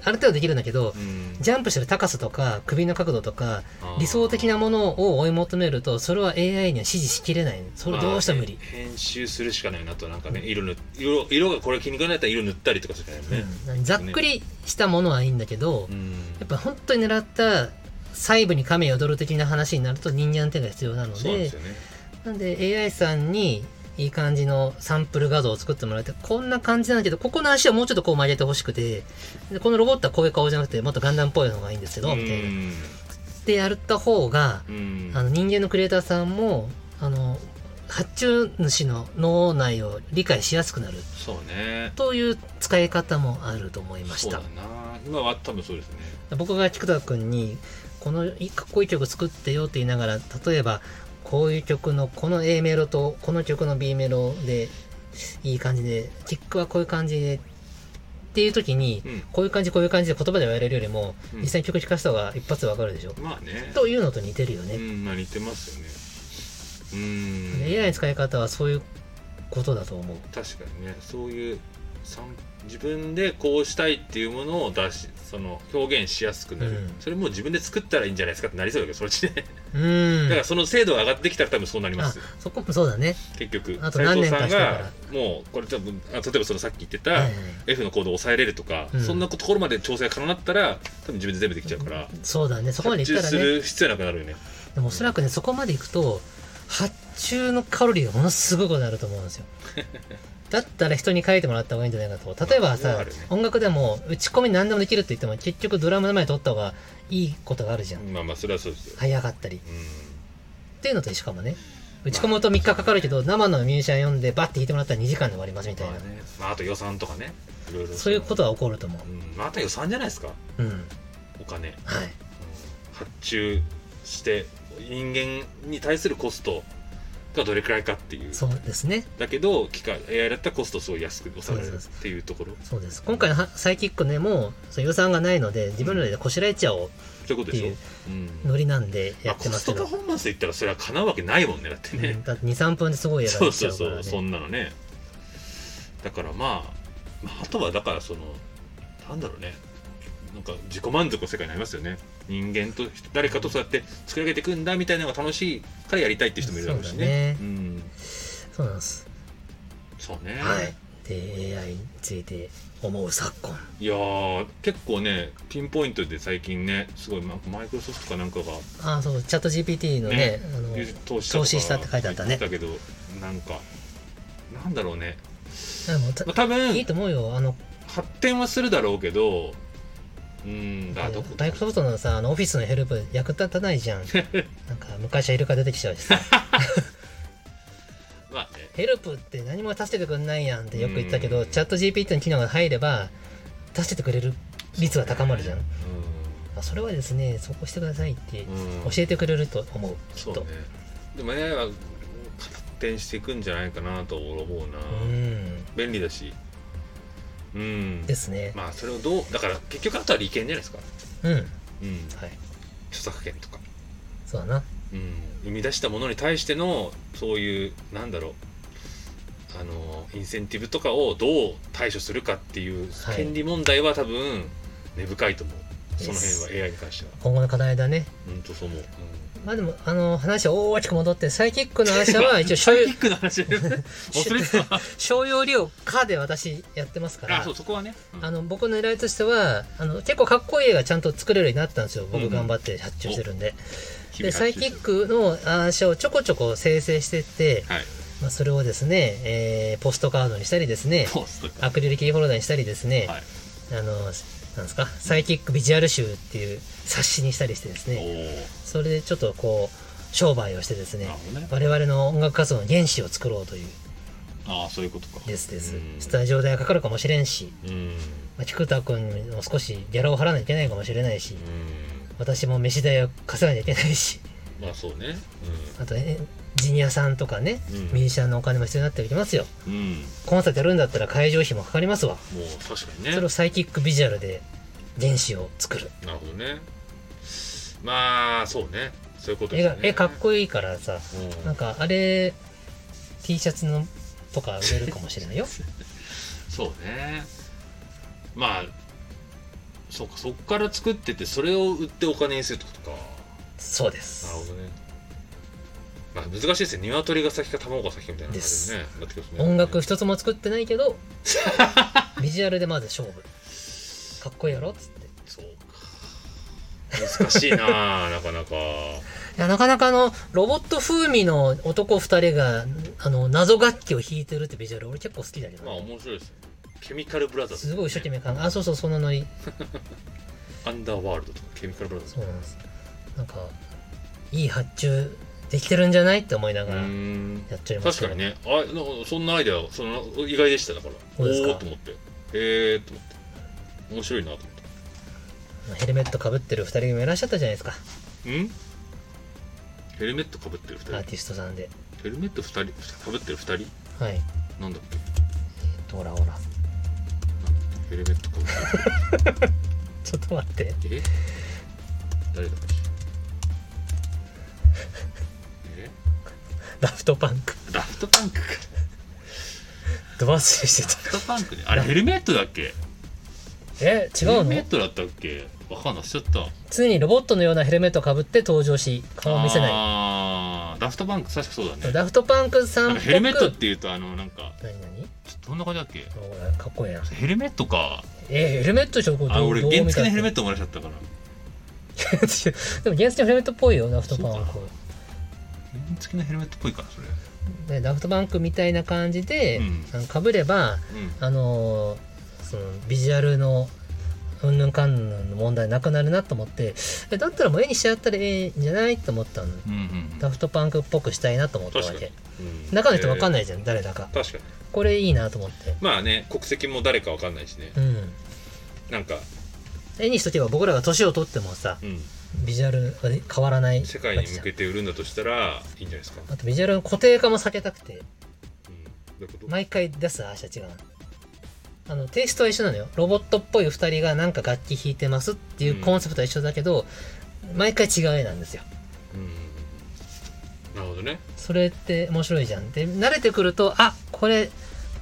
Speaker 1: ある程度できるんだけど、
Speaker 2: うん
Speaker 1: ジャンプしてる高さとか首の角度とか
Speaker 2: あー
Speaker 1: 理想的なものを追い求めるとそれは AI には指示しきれないそれどうしても無理、
Speaker 2: まあ編集するしかないなとなんかね色塗色色がこれ気に食わなかったら色塗ったりとかしかないよね
Speaker 1: うんざっくりしたものはいいんだけど、
Speaker 2: うん
Speaker 1: やっぱ本当に狙った細部に亀宿る的な話になると人間の手が必要なの
Speaker 2: そうなんで
Speaker 1: です
Speaker 2: よね
Speaker 1: なんで AI さんにいい感じのサンプル画像を作ってもらえて、こんな感じなんだけど、ここの足はもうちょっとこう曲げてほしくて、でこのロボットはこういう顔じゃなくて、もっとガンダムっぽいのがいいんですけど、みたいな。で、やった方が、
Speaker 2: うん
Speaker 1: あの人間のクリエイターさんも、あの、発注主の脳内を理解しやすくなる
Speaker 2: そうね
Speaker 1: という使い方もあると思いま
Speaker 2: そ
Speaker 1: し
Speaker 2: うだ
Speaker 1: た
Speaker 2: な。今は多分そうですね
Speaker 1: 僕が菊田君にこのいかっこいい曲作ってよって言いながら例えばこういう曲のこの A メロとこの曲の B メロでいい感じでキックはこういう感じでっていう時に
Speaker 2: うん
Speaker 1: こういう感じこういう感じで言葉で言われるよりも
Speaker 2: うん
Speaker 1: 実際に曲聴かせた方が一発でわかるでしょ、
Speaker 2: まあね
Speaker 1: というのと似てるよ
Speaker 2: う
Speaker 1: ね、
Speaker 2: んまあ似てますよねうん
Speaker 1: で AI の使い方はそういうことだと思う
Speaker 2: 確かにねそういうさん自分でこうしたいっていうものを出しその表現しやすくなる、
Speaker 1: うん
Speaker 2: それもう自分で作ったらいいんじゃないですかってなりそうだけどそっちね、
Speaker 1: う
Speaker 2: だか
Speaker 1: ん
Speaker 2: らその精度が上がってきたら多分そうなりま
Speaker 1: あ
Speaker 2: す
Speaker 1: そこもそうだね、
Speaker 2: 結局
Speaker 1: あと
Speaker 2: 斉
Speaker 1: 何年
Speaker 2: 藤さ
Speaker 1: か
Speaker 2: ん
Speaker 1: したら
Speaker 2: がもうこれ多分あ例えばそのさっき言って
Speaker 1: はい
Speaker 2: た
Speaker 1: はい
Speaker 2: F のコードを抑えれるとか、
Speaker 1: うん
Speaker 2: そんなところまで調整が可能になったら多分自分で全部できちゃうから、
Speaker 1: そうだねそこまでいったら
Speaker 2: 発
Speaker 1: ね
Speaker 2: 注する必要なくなるよね
Speaker 1: でもおそらくね、そこまで行くと、発注のカロリーがものすごくなると思うんです よ。だったら人に書いてもらった方がいいんじゃないかと。例えば
Speaker 2: まあ
Speaker 1: さ、
Speaker 2: あるね
Speaker 1: 音楽でも打ち込み何でもできるって言っても、結局ドラムの前に撮った方がいいことがあるじゃん。
Speaker 2: まあまあそれはそうですよ、
Speaker 1: 早かったり。
Speaker 2: うん
Speaker 1: っていうのとしかもね、打ち込むと3日かかるけど、生のミュージシャン呼んでバッて弾いてもらったら2時間で終わりますみたい
Speaker 2: ま
Speaker 1: な
Speaker 2: あ。ねまあ、あと予算とかねいろいろ
Speaker 1: そういうことは起こると思う
Speaker 2: う。んまああと予算じゃないですか
Speaker 1: うん。
Speaker 2: お金
Speaker 1: はい。
Speaker 2: 発注して人間に対するコストがどれくらいかっていう
Speaker 1: そうですね。
Speaker 2: だけど機械 AI だったらコストをすごい安く抑えられるっていうところ
Speaker 1: そうです。今回のはサイキックね、もうそう予算がないので、自分らでこしらえちゃおう
Speaker 2: そういうことでしょ
Speaker 1: っていう
Speaker 2: うん
Speaker 1: ノリなんで
Speaker 2: ま
Speaker 1: や
Speaker 2: あ、
Speaker 1: って
Speaker 2: コ
Speaker 1: ま
Speaker 2: ス
Speaker 1: すけ
Speaker 2: ト
Speaker 1: ど
Speaker 2: パ。フォーマンスで言ったらそれはかなうわけないもんねだって
Speaker 1: う
Speaker 2: ね
Speaker 1: ん、だって23分ですごいやら
Speaker 2: そ
Speaker 1: れ
Speaker 2: う
Speaker 1: ち
Speaker 2: そ
Speaker 1: ゃ
Speaker 2: う
Speaker 1: うか
Speaker 2: そ
Speaker 1: ら、
Speaker 2: う
Speaker 1: ね、
Speaker 2: そんなのねだからまあ、まあ、あとはだからそのなんだろうねなんか自己満足の世界になりますよね人間と誰かとそうやって作り上げていくんだみたいなのが楽しいからやりたいっていう人もいるだろうしね
Speaker 1: そうそ
Speaker 2: ね、
Speaker 1: うなんです、
Speaker 2: うん、そうね、
Speaker 1: はいで AI について思う昨今
Speaker 2: いやー結構ねピンポイントで最近ねすごいママイクロソフトかなんかが
Speaker 1: ああそうチャット GPT のね
Speaker 2: ね
Speaker 1: あの
Speaker 2: 投資
Speaker 1: 投資したって書いてあったね
Speaker 2: だけどなんかなんだろうね、
Speaker 1: でもた
Speaker 2: まあ、多
Speaker 1: いい
Speaker 2: 分
Speaker 1: と思うよあの
Speaker 2: 発展はするだろうけどうんだどこ
Speaker 1: マイクロソフトのさあのオフィスのヘルプ役立たないじゃ んなんか昔はイルカ出てきちゃうしさ
Speaker 2: まあね
Speaker 1: ヘルプって何も助けてくんないやんってよく言ったけど
Speaker 2: うん
Speaker 1: チャット GPT の機能が入れば助けてくれる率が高まるじゃん
Speaker 2: う
Speaker 1: そ,、あそれはですねそこしてくださいって
Speaker 2: ん、うん
Speaker 1: 教えてくれると思うき
Speaker 2: そ
Speaker 1: っ
Speaker 2: う
Speaker 1: と
Speaker 2: ねでも AI は発展していくんじゃないかなと俺思うな、
Speaker 1: うん
Speaker 2: 便利だしうん
Speaker 1: ですね、
Speaker 2: まあそれをどうだから結局あとは利権じゃないですか
Speaker 1: うんは
Speaker 2: うん
Speaker 1: い
Speaker 2: 著作権とか、
Speaker 1: そうだな
Speaker 2: うん、生み出したものに対してのそういうなんだろうあのインセンティブとかをどう対処するかっていう
Speaker 1: はい
Speaker 2: 権利問題は多分根深いと思う、その
Speaker 1: です
Speaker 2: 辺は AI に関しては
Speaker 1: 今後の課題だね
Speaker 2: うんとそう思う、うん
Speaker 1: まあでもあの話は大きく戻ってサイキックの話は一応商
Speaker 2: サイ
Speaker 1: 用
Speaker 2: キックの話忘れてた
Speaker 1: 商用利用かで私やってますから
Speaker 2: あそうそこはね、うん
Speaker 1: あの僕の狙いとしてはあの結構かっこいい映画ちゃんと作れるようになったんですよ
Speaker 2: うんう
Speaker 1: 僕
Speaker 2: ん
Speaker 1: 頑張って発注してるんで、
Speaker 2: 日
Speaker 1: で
Speaker 2: 々
Speaker 1: サイ
Speaker 2: 発注
Speaker 1: キ
Speaker 2: して
Speaker 1: ッ
Speaker 2: る
Speaker 1: クの話をちょこちょこ生成してって、
Speaker 2: はい
Speaker 1: まあ、それをですね、えーポストカードにしたりですね
Speaker 2: ポストか
Speaker 1: アクリルキーホルダーにしたりですね、
Speaker 2: はい
Speaker 1: あのなんですかサイキックビジュアル集っていう冊子にしたりしてです
Speaker 2: お
Speaker 1: ね
Speaker 2: ー
Speaker 1: それでちょっとこう商売をしてですね
Speaker 2: なるほどね
Speaker 1: 我々の音楽活動の原資を作ろうという
Speaker 2: ああそういうことか
Speaker 1: ですです
Speaker 2: うん
Speaker 1: スタジオ代がかかるかもしれんし、
Speaker 2: うんうん
Speaker 1: まあ、菊田君にも少しギャラを払わないといけないかもしれないし私も飯代を稼がなきゃいけないし
Speaker 2: まあそうね
Speaker 1: あとねジニアさんとかね、
Speaker 2: うん
Speaker 1: ミュージシャンのお金も必要になってきますよ
Speaker 2: うん、うん、
Speaker 1: コンサートやるんだったら会場費もかかりますわ
Speaker 2: もう確かにね
Speaker 1: それをサイキックビジュアルで原資を作る
Speaker 2: なるほどねまあそうねそういうこと
Speaker 1: 絵
Speaker 2: です
Speaker 1: が
Speaker 2: ね
Speaker 1: 絵かっこいいからさ
Speaker 2: うん
Speaker 1: なんかあれ T シャツのとか売れるかもしれないよ
Speaker 2: そうねまあそうかそっから作っててそれを売ってお金にするってことか
Speaker 1: そうで
Speaker 2: な
Speaker 1: す
Speaker 2: るほどねまあ難しいですね鶏が先か卵が先かみたいな感じでねなってきますね
Speaker 1: 音楽一つも作ってないけど ビジュアルでまず勝負かっこいいやろっつって
Speaker 2: そうか難しいな あなかなか
Speaker 1: いやなかなかあのロボット風味の男二人があの謎楽器を弾いてるってビジュアル俺結構好きだけど、
Speaker 2: まあ面白いですねケミカルブラザーズ
Speaker 1: すごい一生懸命考えあそうそうそのノリ
Speaker 2: アンダーワールドとかケミカルブラザーズ
Speaker 1: そうなんですなんかいい発注できてるんじゃないって思いな
Speaker 2: う
Speaker 1: がらや
Speaker 2: ーん
Speaker 1: っちゃいまし
Speaker 2: 確
Speaker 1: た
Speaker 2: かにねあのそんなアイデアその意外でしただから
Speaker 1: そうですか
Speaker 2: おおーと思ってえー、と思って面白いなと思っ
Speaker 1: ヘルメットかぶってる二人組いらっしゃったじゃないですか
Speaker 2: てんヘルメットかぶってる2
Speaker 1: アー
Speaker 2: 人
Speaker 1: ティストさんで
Speaker 2: ヘルメット2人かぶってる2人
Speaker 1: はいえっ
Speaker 2: なんだっけ
Speaker 1: とほらほら
Speaker 2: ヘルメットかぶってる
Speaker 1: ちょっと待って
Speaker 2: え誰だっけえ
Speaker 1: ラフトパンク
Speaker 2: ラフトパンクか
Speaker 1: ド 忘れしてた
Speaker 2: ラフトパンクねあれヘルメットだっけ
Speaker 1: え違
Speaker 2: ヘ
Speaker 1: う
Speaker 2: ルメ
Speaker 1: の
Speaker 2: ットだったっけわかんないしちゃった
Speaker 1: 常にロボットのようなヘルメットをかぶって登場し顔を見せない
Speaker 2: あーラフトパンク確かそうだね
Speaker 1: ラフトパンクさ
Speaker 2: なんん
Speaker 1: っぽ
Speaker 2: か
Speaker 1: く
Speaker 2: ヘルメットっていうとあのなんか
Speaker 1: 何何
Speaker 2: ちょっとどんな感じだっけ
Speaker 1: ほらかっこいいな
Speaker 2: ヘルメットか
Speaker 1: えー、ヘルメットでしょこれ
Speaker 2: あ俺原付のヘルメ
Speaker 1: ッ
Speaker 2: ットもらっちゃったから
Speaker 1: ト でも原付のヘルメットっぽいよラフトパン
Speaker 2: そ
Speaker 1: ク
Speaker 2: う原付のヘルメットっぽいかなそれ
Speaker 1: ね、ダフトバンクみたいな感じで、
Speaker 2: うん
Speaker 1: あのかぶれば、
Speaker 2: うん
Speaker 1: あのーそのビジュアルのうんぬんかんぬんの問題なくなるなと思ってえだったらもう絵にしちゃったらええんじゃないと思ったの
Speaker 2: うんうん
Speaker 1: ダフトパンクっぽくしたいなと思ったわ
Speaker 2: 確か
Speaker 1: け
Speaker 2: うん
Speaker 1: 中の人分かん
Speaker 2: ない
Speaker 1: ないじゃん、誰だか
Speaker 2: 確かに
Speaker 1: これいいなと思って
Speaker 2: まあね国籍も誰かわかんないしね
Speaker 1: うん
Speaker 2: なんか
Speaker 1: 絵にしとけば僕らが年を取ってもさ
Speaker 2: うん
Speaker 1: ビジュアルは変わらない
Speaker 2: 世界に向けて売るんだとしたらいいんじゃないですか
Speaker 1: あとビジュアルの固定化も避けたくて
Speaker 2: うんどういうこと
Speaker 1: 毎回出すあーしゃ違うあのテイストは一緒なのよロボットっぽい2人がなんか楽器弾いてますっていうコンセプトは一緒だけど、毎回違う絵なんですよ
Speaker 2: うんなるほどね
Speaker 1: それって面白いじゃんで慣れてくるとあこれ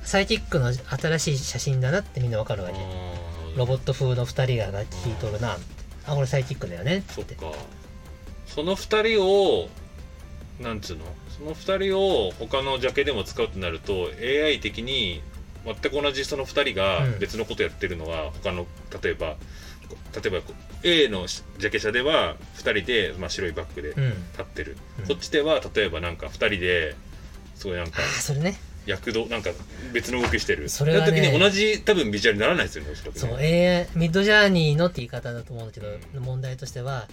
Speaker 1: サイキックの新しい写真だなってみんなわかる
Speaker 2: あ
Speaker 1: わけ
Speaker 2: ー
Speaker 1: ロボット風の2人が楽器弾いとるなってあこれサイキックだよね
Speaker 2: そ
Speaker 1: っ
Speaker 2: ってかその2人をなんつうのその2人を他のジャケでも使うとなると AI 的に全く同じその2人が
Speaker 1: うん
Speaker 2: 別のことやってるのは他の例えばこ例えばこう A のジャケ写では2人で、まあ、白いバッグで
Speaker 1: う
Speaker 2: 立
Speaker 1: ん
Speaker 2: ってる、
Speaker 1: うん
Speaker 2: こっちでは例えばなんか2人ですごいな ん
Speaker 1: あ
Speaker 2: か
Speaker 1: あそれね
Speaker 2: 躍動なんか別の動きしてる
Speaker 1: それはね
Speaker 2: やった時に同じ多分ビジュアルにならないですよねおそらくね
Speaker 1: そう AI ミッドジャーニーのって言い方だと思うんだけど
Speaker 2: う
Speaker 1: 問題としては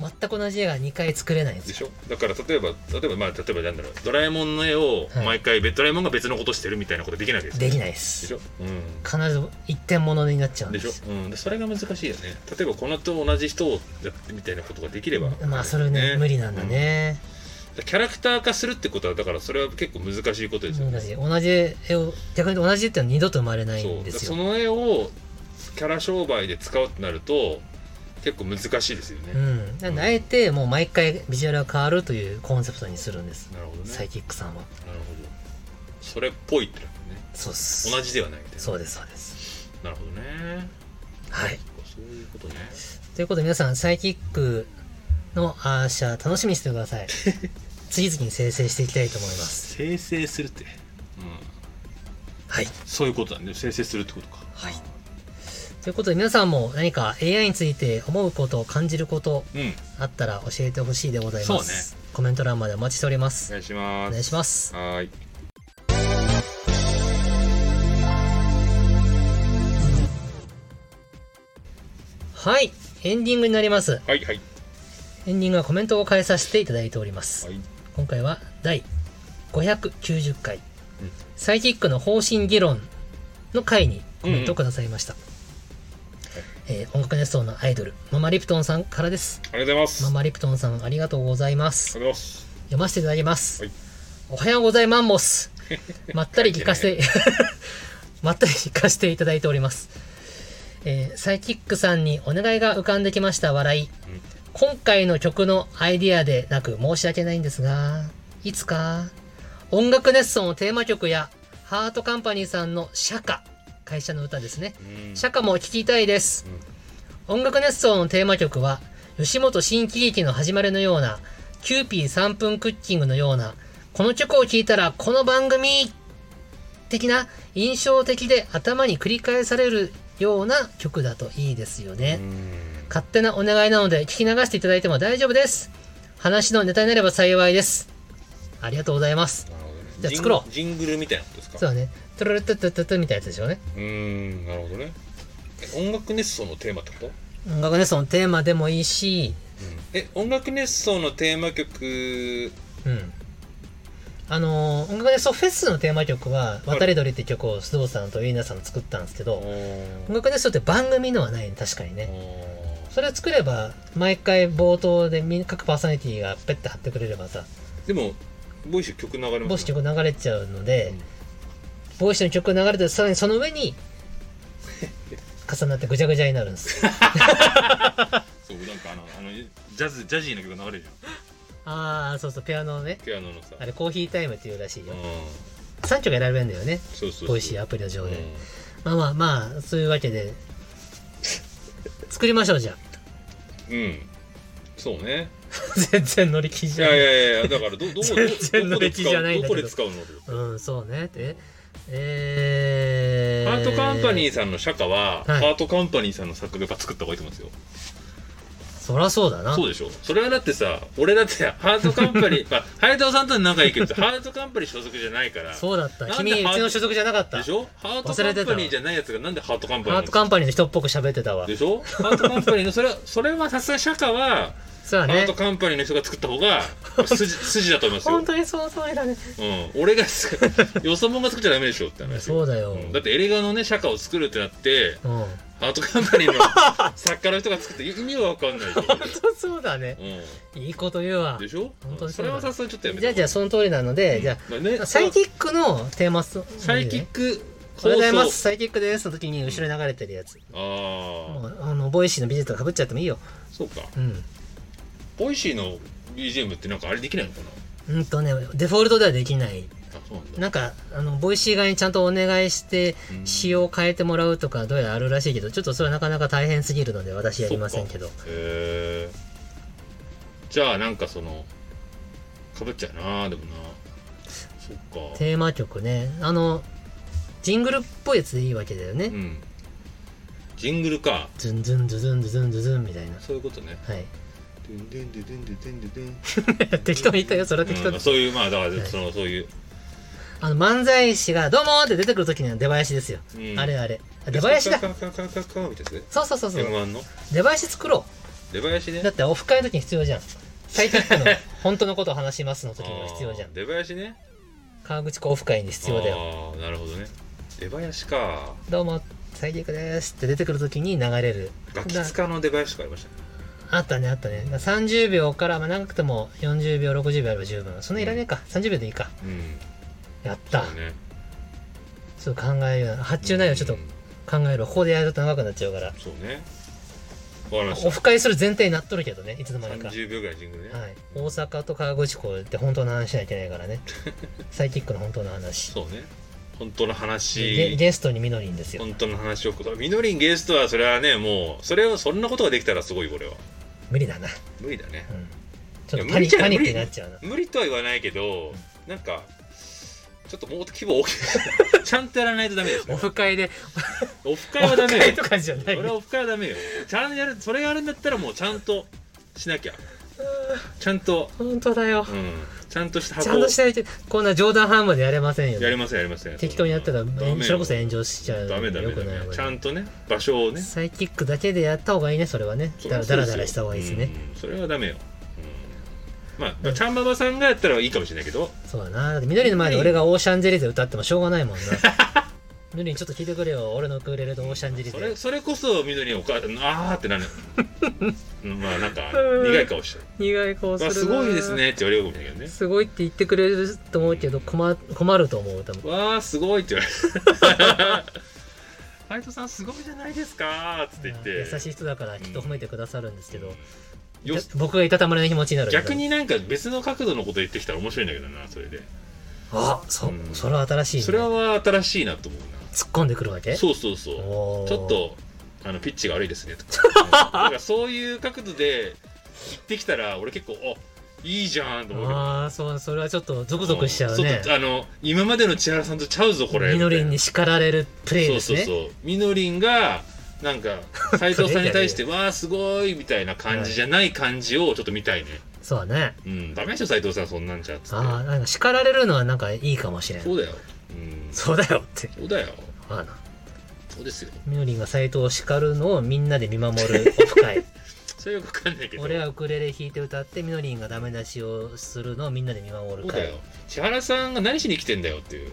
Speaker 1: 全く同じ絵が2回作れないんです
Speaker 2: で
Speaker 1: よ
Speaker 2: しょだから例えば例えばまあ例えばなんだろうドラえもんの絵を
Speaker 1: はい
Speaker 2: 毎回、ドラえもんが別のことしてるみたいなことできないわけですよ
Speaker 1: でき
Speaker 2: い
Speaker 1: ないで
Speaker 2: ですしょ
Speaker 1: 必ず一点物になっちゃ
Speaker 2: う
Speaker 1: うんん
Speaker 2: で
Speaker 1: で
Speaker 2: し
Speaker 1: す
Speaker 2: ょ
Speaker 1: よ、
Speaker 2: うん、でそれが難しいよね例えばこのと同じ人をやってみたいなことができれば、
Speaker 1: まあそれね無理なんだね、
Speaker 2: うん、キャラクター化するってことはだからそれは結構難しいことですよね
Speaker 1: 難しい同じ絵を逆に同じっていうのは二度と生まれない
Speaker 2: そうん
Speaker 1: で
Speaker 2: だ
Speaker 1: す
Speaker 2: そ
Speaker 1: よ
Speaker 2: の絵をキャラ商売で使うってなると結構難しいですよね、
Speaker 1: うん、なんであえてもう毎回ビジュアルが変わるというコンセプトにするんです、
Speaker 2: なるほどね
Speaker 1: サイキックさんは
Speaker 2: なるほどそれっぽいってなるね
Speaker 1: そうっす
Speaker 2: 同じではないみたいな
Speaker 1: そうですそうです
Speaker 2: なるほどね
Speaker 1: はい
Speaker 2: そういうことね
Speaker 1: ということで皆さんサイキックのアーシャ楽しみにしててくださ い次々に生成していきたいと思います
Speaker 2: 生成するって、うん、
Speaker 1: はい
Speaker 2: そういうことだね生成するってことか
Speaker 1: はいということで皆さんも何か AI について思うこと感じること
Speaker 2: うん
Speaker 1: あったら教えてほしいでございます、コメント欄までお待ちしております
Speaker 2: お願いしま
Speaker 1: お
Speaker 2: す
Speaker 1: 願いします
Speaker 2: はーい
Speaker 1: はい、エンディングになります。
Speaker 2: はいはい
Speaker 1: エンディングはコメントを変えさせていただいております。
Speaker 2: はい
Speaker 1: 今回は第590回、サイキックの方針議論の回にコメントをくださいました。えー音楽熱奏のアイドル、ママリプトンさんからです。
Speaker 2: ありがとうございます
Speaker 1: マ
Speaker 2: あり
Speaker 1: マリプトンさんありがとうございま
Speaker 2: がと
Speaker 1: す。
Speaker 2: うございます
Speaker 1: 読ませていただきます。
Speaker 2: はい
Speaker 1: おはようございマンモ ス。まったり聞かせて、 まったり聞かせていただいております。えーサイキックさんにお願いが浮かんできました笑い。今回の曲のアイディアでなく申し訳ないんですが、いつか、音楽ネッソンのテーマ曲や、ハートカンパニーさんの釈迦、会社の歌ですね。
Speaker 2: うん
Speaker 1: 釈迦も聴きたいです。音楽ネッソンのテーマ曲は、吉本新喜劇の始まりのような、キューピー3分クッキングのような、この曲を聴いたらこの番組的な印象的で頭に繰り返されるような曲だといいですよね。
Speaker 2: うん
Speaker 1: 勝手なお願いなので聞き流していただいても大丈夫です。話のネタになれば幸いです。ありがとうございます。
Speaker 2: なるほどね
Speaker 1: じゃあ作ろう
Speaker 2: ジンジングルみたいなことですか
Speaker 1: そうだね。トゥルルトゥトゥトゥトゥみたいなやつでしょうね。
Speaker 2: うーんなるほどねえ音楽熱奏のテーマってこと、うん、
Speaker 1: 音楽ね、そのテーマでもいいし、
Speaker 2: え音楽熱奏のテーマ曲
Speaker 1: うん。あのー音楽ね、そう、フェスのテーマ曲は、
Speaker 2: はい
Speaker 1: 渡り鳥って曲を須藤さんとウィーナーさんが作ったんですけ
Speaker 2: お
Speaker 1: ど、
Speaker 2: ー
Speaker 1: 音楽ね、そうって番組のはないね、確かにね。
Speaker 2: お
Speaker 1: それを作れば毎回冒頭でみん各パーソナリティがペッて貼ってくれればさ
Speaker 2: ーでもボイシュ曲流れます
Speaker 1: ボイス曲流れちゃうので、ボイスの曲流れてさらにその上 に重なってぐちゃぐちゃになるんです
Speaker 2: そうなんかあのあのジャズジャジーの曲流れるじゃ
Speaker 1: ああそうそうピアノのね
Speaker 2: んピアノのさ
Speaker 1: あれコーヒータイムっていうらしい
Speaker 2: うん
Speaker 1: よ3曲選べるんだよね
Speaker 2: そうそうそう
Speaker 1: ボイシーアプリの上で、
Speaker 2: うん
Speaker 1: まあまあまあそういうわけで作りましょうじゃあ
Speaker 2: うん。そうね。
Speaker 1: 全然乗り気
Speaker 2: い
Speaker 1: じゃな
Speaker 2: や
Speaker 1: い
Speaker 2: いやいや、だからど、どこ、どこ
Speaker 1: 全然の
Speaker 2: で
Speaker 1: 歴史
Speaker 2: 使
Speaker 1: じゃ
Speaker 2: う
Speaker 1: ないん
Speaker 2: の
Speaker 1: だ
Speaker 2: ど
Speaker 1: け
Speaker 2: こ
Speaker 1: ど
Speaker 2: で使うの
Speaker 1: うんそうねでえー、
Speaker 2: ハートカンパニーさんの釈迦
Speaker 1: は
Speaker 2: は、
Speaker 1: い
Speaker 2: ハートカンパニーさんの作画やっぱ作った方がいいと思うんですよ。
Speaker 1: そらそうだな
Speaker 2: そうでしょそれはだってさ、俺だってハートカンパニ ー、まあ、ハイタオさんとは仲いいけど、ハートカンパニー所属じゃないから。
Speaker 1: そうだった。
Speaker 2: なんで
Speaker 1: 君、う
Speaker 2: ハー
Speaker 1: ち
Speaker 2: ト
Speaker 1: の所属じゃなかった。
Speaker 2: でし
Speaker 1: ハ
Speaker 2: ょハート
Speaker 1: 忘れてた
Speaker 2: カンパニーじゃないやつがなんでハートカンパニーな
Speaker 1: ー
Speaker 2: んで
Speaker 1: ト
Speaker 2: すか
Speaker 1: カンパニーの人っぽく喋ってたわ
Speaker 2: で。しょハートカンパニーの、それは、それはさすがに釈迦は、
Speaker 1: そうだ
Speaker 2: ハー
Speaker 1: ね
Speaker 2: ト。カンパニーの人が作った方が、 筋、筋だと思いますよ
Speaker 1: 本。当にそうそうだね。
Speaker 2: うん、俺がす よそもんが作っちゃダメでしょって話
Speaker 1: そうだよ
Speaker 2: んだってエレガのね釈迦を作るって なって
Speaker 1: うん。
Speaker 2: ハートカンパニーの作家の人が作って意味わかんないでし ょ
Speaker 1: そうそうだね。いいこと言うわ
Speaker 2: うん、で。しょ
Speaker 1: 本当に
Speaker 2: そ
Speaker 1: そう
Speaker 2: れ
Speaker 1: だ
Speaker 2: はさすがにちょっとやめ
Speaker 1: じゃあじゃあその通りなので、じゃ
Speaker 2: あ、ね
Speaker 1: あ、サイキックのテーマス、
Speaker 2: サイキッ。ク
Speaker 1: おはようございま
Speaker 2: 放
Speaker 1: す。
Speaker 2: 送
Speaker 1: サイキックです。の時に後ろに流れてるやつ。
Speaker 2: あ
Speaker 1: も
Speaker 2: あ
Speaker 1: うあの、ボイシーのビジットかぶっちゃってもいいよ。
Speaker 2: そうか
Speaker 1: うん。
Speaker 2: ボイシーの BGM ってなんかあれできないのかな
Speaker 1: うんとね、デフォルトではできない。
Speaker 2: あそうなんだ
Speaker 1: なんか、あの、ボイシー側にちゃんとお願いして、
Speaker 2: うん
Speaker 1: 仕様を変えてもらうとか、どうやらあるらしいけど、ちょっとそれはなかなか大変すぎるので、私やりませんけど。
Speaker 2: そっかへえじゃあなんかそのかぶっちゃうなでもなそっか
Speaker 1: テーマ曲ねあのジングルっぽいやつでいいわけだよね、
Speaker 2: うん。ジングルか。
Speaker 1: ズンズンズズンズズンズズンみたいな
Speaker 2: そういうことね。
Speaker 1: はい適
Speaker 2: 適
Speaker 1: 当に言ったよそれは適当
Speaker 2: うん、そういうまあだか
Speaker 1: はい
Speaker 2: らその、そういう、
Speaker 1: あの漫才師が「どうも!」って出てくる時には出囃子ですよ、
Speaker 2: うん
Speaker 1: あれあれあ出囃子だ
Speaker 2: カンカンカンカンカンカンみたいなや
Speaker 1: そうそうそう
Speaker 2: つ
Speaker 1: そ
Speaker 2: M1
Speaker 1: う
Speaker 2: の
Speaker 1: 出囃子作ろ
Speaker 2: 出囃子ね
Speaker 1: うだってオフ会の時に必要じゃん最近の本当のことを話しますの時には必要じゃ
Speaker 2: あ
Speaker 1: ん
Speaker 2: ー出囃子ね
Speaker 1: 川口湖オフ会に必要だよ
Speaker 2: よああなるほどね出囃子か
Speaker 1: 「どうも最悪です」って出てくる時に流れる
Speaker 2: ガキ使の出囃子がありましたね
Speaker 1: あったねあったね30秒から、まあ、長くても40秒60秒あれば十分そんないらねえか30秒でいいか
Speaker 2: うん
Speaker 1: やった
Speaker 2: そうね
Speaker 1: ちょっと考えるな発注内容ちょっと
Speaker 2: うん
Speaker 1: 考えるここでやると長くなっちゃうから
Speaker 2: そうねわかりま
Speaker 1: オ
Speaker 2: し
Speaker 1: フ会する前提になっとるけどねいつの
Speaker 2: た
Speaker 1: 間にか、はい、
Speaker 2: 30秒ぐらいジングルね、
Speaker 1: 大阪と川口湖って本当の話しなきゃいけないから ねサイキックの本当の話
Speaker 2: そうね本当の話
Speaker 1: ゲゲストにみのりんですよ
Speaker 2: 本当の話をことみのりんゲストはそれはねもうそれをそんなことができたらすごいこれは
Speaker 1: 無理だな、うん、
Speaker 2: 無理だね
Speaker 1: ちょっ
Speaker 2: い
Speaker 1: と
Speaker 2: や
Speaker 1: パ
Speaker 2: 無
Speaker 1: ニ
Speaker 2: 理じゃん
Speaker 1: パニック
Speaker 2: 無
Speaker 1: に
Speaker 2: 理
Speaker 1: なっちゃうな
Speaker 2: 無理とは言わないけどなんかちょっともう規模大き いちゃんとやらないとダメです
Speaker 1: オ
Speaker 2: ね
Speaker 1: フ会で
Speaker 2: オフ
Speaker 1: オ
Speaker 2: 会は
Speaker 1: フ
Speaker 2: ダメよ
Speaker 1: 会とかじゃない
Speaker 2: 俺はオフ会はダメよちゃんとやるそれやるんだったらもうちゃんとしなきゃちゃんと
Speaker 1: 本当だよ
Speaker 2: うんちゃんとした
Speaker 1: ち
Speaker 2: 箱
Speaker 1: ゃんとしないとこんな冗談半分でやれませんよ
Speaker 2: やりませんやりません
Speaker 1: 適当にやったら
Speaker 2: ダメよ
Speaker 1: それこそ炎上しちゃう
Speaker 2: ダメダ
Speaker 1: よ
Speaker 2: メダ
Speaker 1: くないわ
Speaker 2: メ
Speaker 1: ね
Speaker 2: ちゃんとね場所をね
Speaker 1: サイキックだけでやった方がいいねそれはねだだらだらした方がいいですね、
Speaker 2: うんそれはダメよ、うん、まあちゃんばばさんがやったらいいかもしれないけど
Speaker 1: そうだなだって緑の前で俺がオーシャンゼリーゼ歌ってもしょうが ないもんな緑にちょっと聞いてくれよ俺のウクレレとオーシャンゼリー
Speaker 2: そ
Speaker 1: ゼ
Speaker 2: れそれこそ緑におかあーって なるうんまあなんか
Speaker 1: うん
Speaker 2: 苦い顔してる
Speaker 1: 苦い顔
Speaker 2: まあすごいですねって言われるかもしれないけどね
Speaker 1: すごいって言ってくれると思うけど困困ると思う多分
Speaker 2: わあすごいって言わ れるファイトさんすごいじゃないですかーっつって言って
Speaker 1: 優しい人だからきっと褒めてくださるんですけど、
Speaker 2: よ
Speaker 1: いた僕がいたたまれない気持ちになる
Speaker 2: 逆になんか別の角度のこと言ってきたら面白いんだけどなそれで
Speaker 1: あそ,、
Speaker 2: うん
Speaker 1: それは新しい、ね、
Speaker 2: それは新しいなと思うな
Speaker 1: 突っ込んでくるわけ
Speaker 2: そうそうそう
Speaker 1: おー
Speaker 2: ちょっとあのピッチが悪いですねと かなんかそういう角度で言ってきたら俺結構あいいじゃんと思うけど
Speaker 1: ああそうそれはちょっとゾクゾクしちゃうね
Speaker 2: ちょっとあの今までの千原さんとちゃうぞこれ
Speaker 1: みのりん
Speaker 2: み
Speaker 1: に叱られるプ
Speaker 2: た
Speaker 1: レ
Speaker 2: い
Speaker 1: イ
Speaker 2: な
Speaker 1: ですね
Speaker 2: そうそうそうみのりんがなん か斎藤さんに対して「わあすごい」みたいな感じじゃない感じをちょっと見たいね、
Speaker 1: そうだね。
Speaker 2: うんダメでしょ斎藤さんそんなんじゃっつ
Speaker 1: ああ、
Speaker 2: っ
Speaker 1: なんか叱られるのはなんかいいかもしれ
Speaker 2: て
Speaker 1: ん。
Speaker 2: そうだようん
Speaker 1: そうだよって。
Speaker 2: そうだよ
Speaker 1: まあな。
Speaker 2: そうですよ
Speaker 1: みのりんが斎藤を叱るのをみんなで見守るオフ会。
Speaker 2: それよくわかんないけど
Speaker 1: 俺はウクレレ弾いて歌ってみのりんがダメ出しをするのをみんなで見守
Speaker 2: そ
Speaker 1: る
Speaker 2: うだ
Speaker 1: 会
Speaker 2: よ千原さんが何しに来てんだ よっていう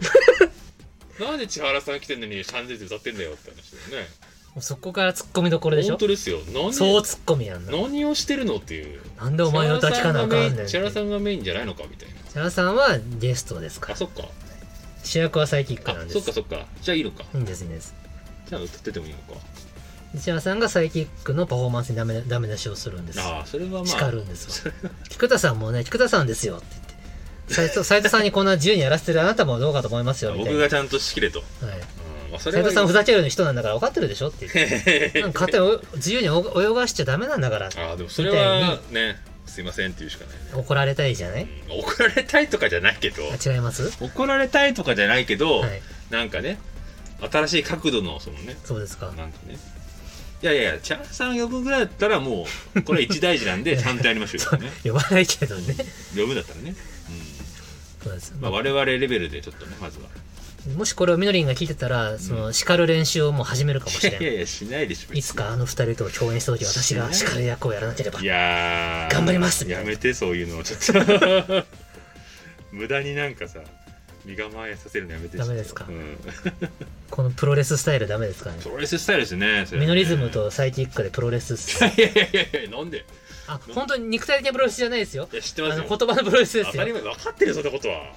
Speaker 2: なんで千原さん来てんのにシャンゼリゼ歌ってんだよって話だよね
Speaker 1: もうそこからツッコミどころでしょ
Speaker 2: 本当ですよ何
Speaker 1: そうツッコミやんな
Speaker 2: 何をしてるのっていう
Speaker 1: なんでお前の歌聞かなあかんねんって
Speaker 2: 千
Speaker 1: 千
Speaker 2: 原さんがメインじゃないのかみたいな
Speaker 1: 原さんはゲストですか
Speaker 2: あそっか
Speaker 1: 主役はサイキック
Speaker 2: あ
Speaker 1: なんで
Speaker 2: そっか
Speaker 1: す
Speaker 2: そっかじゃあいいのか
Speaker 1: いいんですいいんです
Speaker 2: じゃあ歌っててもいいのか
Speaker 1: 千原さんがサイキックのパフォーマンスにダメダメ出しをするんです
Speaker 2: ああそれはまあ
Speaker 1: 叱るんですわ菊田さんもね菊田さんですよって言って斉藤斉藤さんにこんな自由にやらせてるあなたもどうかと思いますよみたい
Speaker 2: 僕
Speaker 1: な、は
Speaker 2: が
Speaker 1: い、
Speaker 2: ちゃんと仕切れと、うんまあ、そ
Speaker 1: 斉
Speaker 2: れは
Speaker 1: 藤さんふざける人なんだから分かってるでしょって言って
Speaker 2: け
Speaker 1: なんか勝手にお自由に泳がしちゃダメなんだから
Speaker 2: ああでもそれはねすいませんっていうしかないね
Speaker 1: 怒られたいじゃない
Speaker 2: うん怒られたいとかじゃないけど
Speaker 1: あ違います
Speaker 2: 怒られたいとかじゃないけど、
Speaker 1: はい
Speaker 2: なんかね新しい角度のそのね
Speaker 1: そうですか
Speaker 2: なんかねいやいやいやチャンさん呼ぶぐらいだったらもうこれ一大事なん でちゃんとやりましょうよね
Speaker 1: 呼ばないけどね
Speaker 2: 呼ぶんだったらね、
Speaker 1: そうです、
Speaker 2: うんまあ、我々レベルでちょっとねまずは
Speaker 1: もしこれをみのりんが聞いてたらその叱る練習をもう始めるかもしれ
Speaker 2: い
Speaker 1: ん
Speaker 2: やいやしないでしょ別に
Speaker 1: いつかあの二人と共演した時私が叱る役をやらなければ
Speaker 2: いやー
Speaker 1: 頑張りますみたい
Speaker 2: や
Speaker 1: な
Speaker 2: めてそういうのをちょ っと無駄になんかさ身構えさせるのやめて
Speaker 1: ダメですか
Speaker 2: うん、
Speaker 1: このプロレススタイルダメですかね
Speaker 2: プロレススタイルですねそれ
Speaker 1: ミ
Speaker 2: はね
Speaker 1: ノリズムとサイキックでプロレス
Speaker 2: いやいやいやいやなんで
Speaker 1: あ本当に肉体的なプロレスじゃないですよ
Speaker 2: いや知って
Speaker 1: あ
Speaker 2: ます
Speaker 1: の
Speaker 2: よ
Speaker 1: 言葉のプロレスで
Speaker 2: 当
Speaker 1: す
Speaker 2: たり
Speaker 1: よ
Speaker 2: 前分かってるよそんなことは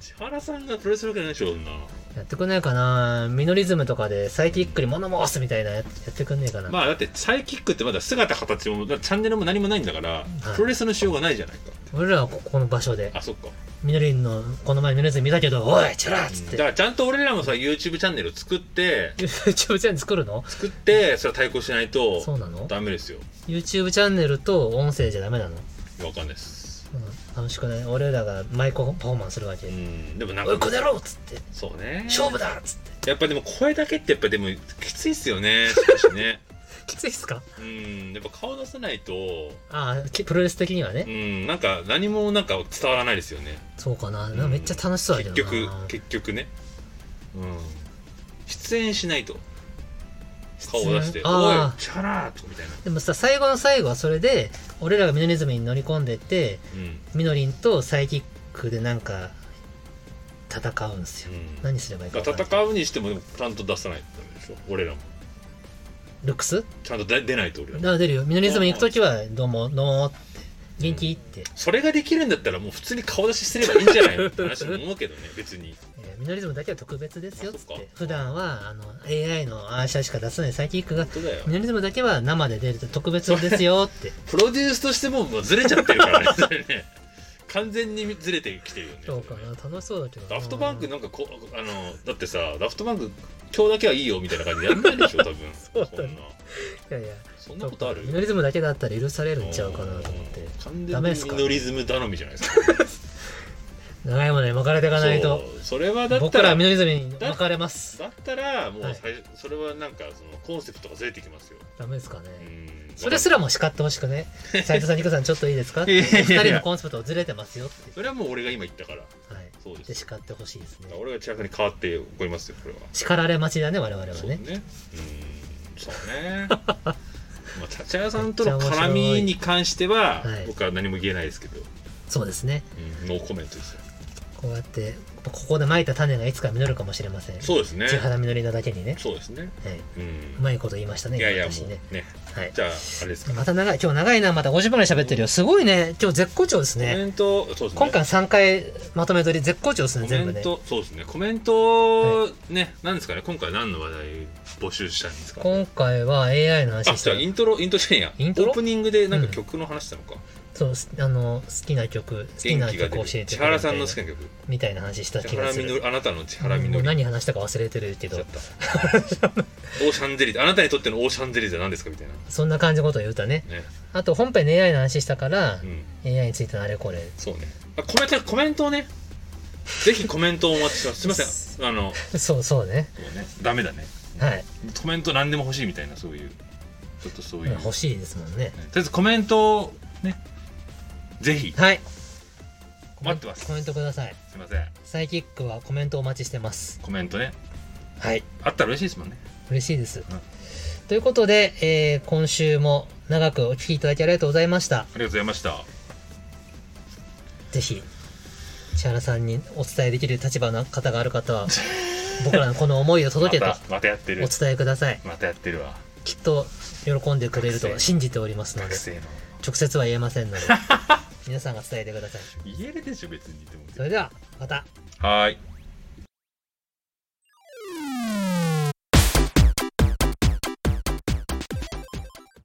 Speaker 2: 千原さんがプロレスするわけないでしょそんな
Speaker 1: やってくんないかなミノリズムとかでサイキックに物申すみたいなやってくんねえかな、
Speaker 2: まあだってサイキックってまだ姿形もだってチャンネルも何もないんだから、
Speaker 1: い
Speaker 2: プロレスのしようがないじゃないか
Speaker 1: 俺らはここの場所で
Speaker 2: あそっか
Speaker 1: みのりんのこの前みのりん見たけどおいチャラっつっ
Speaker 2: うんだ
Speaker 1: て
Speaker 2: からちゃんと俺らもさ YouTube チャンネル作って
Speaker 1: YouTube チャンネル作るの
Speaker 2: 作ってそれは対抗しないと
Speaker 1: そうなの
Speaker 2: ダメですよ
Speaker 1: YouTube チャンネルと音声じゃダメなの、う
Speaker 2: わかんないです
Speaker 1: ん、楽しくない俺らがマイクパフォーマンスするわけ、
Speaker 2: うんでもなん
Speaker 1: おいこ
Speaker 2: か
Speaker 1: ねろっつって
Speaker 2: そうね
Speaker 1: 勝負だっつって
Speaker 2: やっぱでも声だけってやっぱでもきついっすよね少しね
Speaker 1: きついっすか
Speaker 2: うんやっぱ顔出さないと
Speaker 1: ああきプロレス的にはね、
Speaker 2: うんなんか何もなんか伝わらないですよね
Speaker 1: そうかななんかめっちゃ楽しそうだけ
Speaker 2: 結
Speaker 1: どな、
Speaker 2: 局結局ねうん出演しないと顔を出して「おい
Speaker 1: ああ
Speaker 2: チャラー!」とみたいな
Speaker 1: でもさ最後の最後はそれで俺らがミノリズムに乗り込んでって
Speaker 2: うん
Speaker 1: ミノリンとサイキックでなんか戦うんですよ、
Speaker 2: うん
Speaker 1: 何すればいいか
Speaker 2: だ
Speaker 1: 分
Speaker 2: か
Speaker 1: からんない
Speaker 2: 戦うにしてもでもちゃんと出さないとダメでしょ俺らも
Speaker 1: ルックス
Speaker 2: ちゃんと出出ないと俺らも
Speaker 1: あ出るよミノリズムに行く時は「どうもどうも」って「元気?」って、
Speaker 2: それができるんだったらもう普通に顔出しすればいいんじゃないのって話も思うけどね別に
Speaker 1: えーミノリズムだけは特別ですよっつっ
Speaker 2: あそってか
Speaker 1: 普段はあの AI のアーシャしか出さないサイキックが
Speaker 2: 本当だよ
Speaker 1: ミノリズムだけは生で出ると特別ですよって
Speaker 2: プロデュースとしてももうずれちゃってるからねそれね完全にずれてきてるよね
Speaker 1: そうかな楽しそうだけどな
Speaker 2: ダフトバンクなんかこあのだってさダフトバンク今日だけはいいよみたいな感じでやんないでしょ多分
Speaker 1: うだ
Speaker 2: そん
Speaker 1: ね
Speaker 2: ない
Speaker 1: やいや
Speaker 2: そんなことある
Speaker 1: ミノリズムだけだったら許されるんちゃうかなと思って
Speaker 2: 完
Speaker 1: ダ
Speaker 2: 全
Speaker 1: メです
Speaker 2: に
Speaker 1: か
Speaker 2: ミノリズム頼みじゃないですか
Speaker 1: 長いものに巻かれていかないと
Speaker 2: そうそれはだっ
Speaker 1: 僕
Speaker 2: た
Speaker 1: らは
Speaker 2: ら
Speaker 1: ミノリズムに巻かれます
Speaker 2: だったらもう
Speaker 1: はい
Speaker 2: 最、それはなんかそのコンセプトがずれてきますよ
Speaker 1: ダメですかね
Speaker 2: うん
Speaker 1: それすらも叱ってほしく ね斉藤さんニコさんちょっといいですか
Speaker 2: いやいやいや
Speaker 1: 二人のコンセプトずれてますよって
Speaker 2: それはもう俺が今言ったから
Speaker 1: はい
Speaker 2: そうです
Speaker 1: で叱ってほしいですね
Speaker 2: 俺が千秋に代わって怒りますよこれは
Speaker 1: 叱られ待ちだね我々は
Speaker 2: そう
Speaker 1: ね
Speaker 2: ねうんそう ねまあ立屋さんとの絡みに関しては
Speaker 1: はい
Speaker 2: 僕は何も言えないですけど、
Speaker 1: そうですね
Speaker 2: うんノーコメントですよ
Speaker 1: こうやってここでまいた種がいつか実るかもしれません
Speaker 2: そうですね
Speaker 1: 千原みのりなだけにね、
Speaker 2: そうですね
Speaker 1: はい、
Speaker 2: う
Speaker 1: うんまいこと言いましたね
Speaker 2: いやいやも
Speaker 1: 今私ね
Speaker 2: うね
Speaker 1: はい
Speaker 2: じゃああれですか
Speaker 1: また長い今日長いなまた50分ぐらい喋ってるよすごいね今日絶好調です
Speaker 2: コ
Speaker 1: ね
Speaker 2: メントそうですね
Speaker 1: 今回3回まとめ取り絶好調ですね
Speaker 2: コメ
Speaker 1: 全部
Speaker 2: ン
Speaker 1: ね
Speaker 2: ト、そうですねコメント、ねなんですかね今回何の話題募集したんですか
Speaker 1: 今回は AI の
Speaker 2: あ
Speaker 1: 話し
Speaker 2: じゃ
Speaker 1: た
Speaker 2: あイントロイントじゃんや
Speaker 1: イントロ
Speaker 2: オープニングでなん
Speaker 1: う
Speaker 2: か
Speaker 1: ん
Speaker 2: 曲の話したのか、
Speaker 1: そうすあの好きな曲好き
Speaker 2: 元
Speaker 1: な
Speaker 2: 気が
Speaker 1: 曲
Speaker 2: 出
Speaker 1: 教
Speaker 2: る
Speaker 1: えて
Speaker 2: 千原さんの好き
Speaker 1: み
Speaker 2: な曲
Speaker 1: たいなみたいな話した
Speaker 2: 千
Speaker 1: 気が
Speaker 2: 原
Speaker 1: す
Speaker 2: み
Speaker 1: る
Speaker 2: のあなたの千原み
Speaker 1: も
Speaker 2: の
Speaker 1: う
Speaker 2: り
Speaker 1: 何話したか忘れてるけ
Speaker 2: ちゃ
Speaker 1: ど
Speaker 2: ったオーシャンゼリーってあなたにとってのオーシャンゼリーって何ですかみたいな
Speaker 1: そんな感じのことを言うたね
Speaker 2: ね
Speaker 1: あと本編で AI の話したから
Speaker 2: う、ん
Speaker 1: AI についてのあれこれ
Speaker 2: そうねあコメントコメントをねぜひコメントをお待ちしてますすいませんあの
Speaker 1: そうそうね。
Speaker 2: そうねダメだね
Speaker 1: はい。
Speaker 2: コメント何でも欲しいみたいなそういうちょっとそういう、
Speaker 1: 欲しいですもんね。
Speaker 2: とりあえずコメントをねぜひ
Speaker 1: はい。
Speaker 2: 待ってます
Speaker 1: コメントください。
Speaker 2: すいません
Speaker 1: サイキックはコメントお待ちしてます。
Speaker 2: コメントね
Speaker 1: はい。
Speaker 2: あったら嬉しいですもんね
Speaker 1: 嬉しいです。
Speaker 2: ん
Speaker 1: ということで、えー今週も長くお聞きいただきありがとうございました
Speaker 2: あ。りがとうございました
Speaker 1: ぜひ、千原さんにお伝えできる立場の方がある方 は、僕らのこの思いを届けと
Speaker 2: またまたやって
Speaker 1: お
Speaker 2: る
Speaker 1: 伝えください。
Speaker 2: またやってるわ
Speaker 1: きっと喜んでくれると信じておりますの
Speaker 2: 学
Speaker 1: で、
Speaker 2: 生の
Speaker 1: 直接は言えませ んので、皆さんが伝えてください。
Speaker 2: 言えるでしょ別にでも
Speaker 1: それでは、また。
Speaker 2: はーい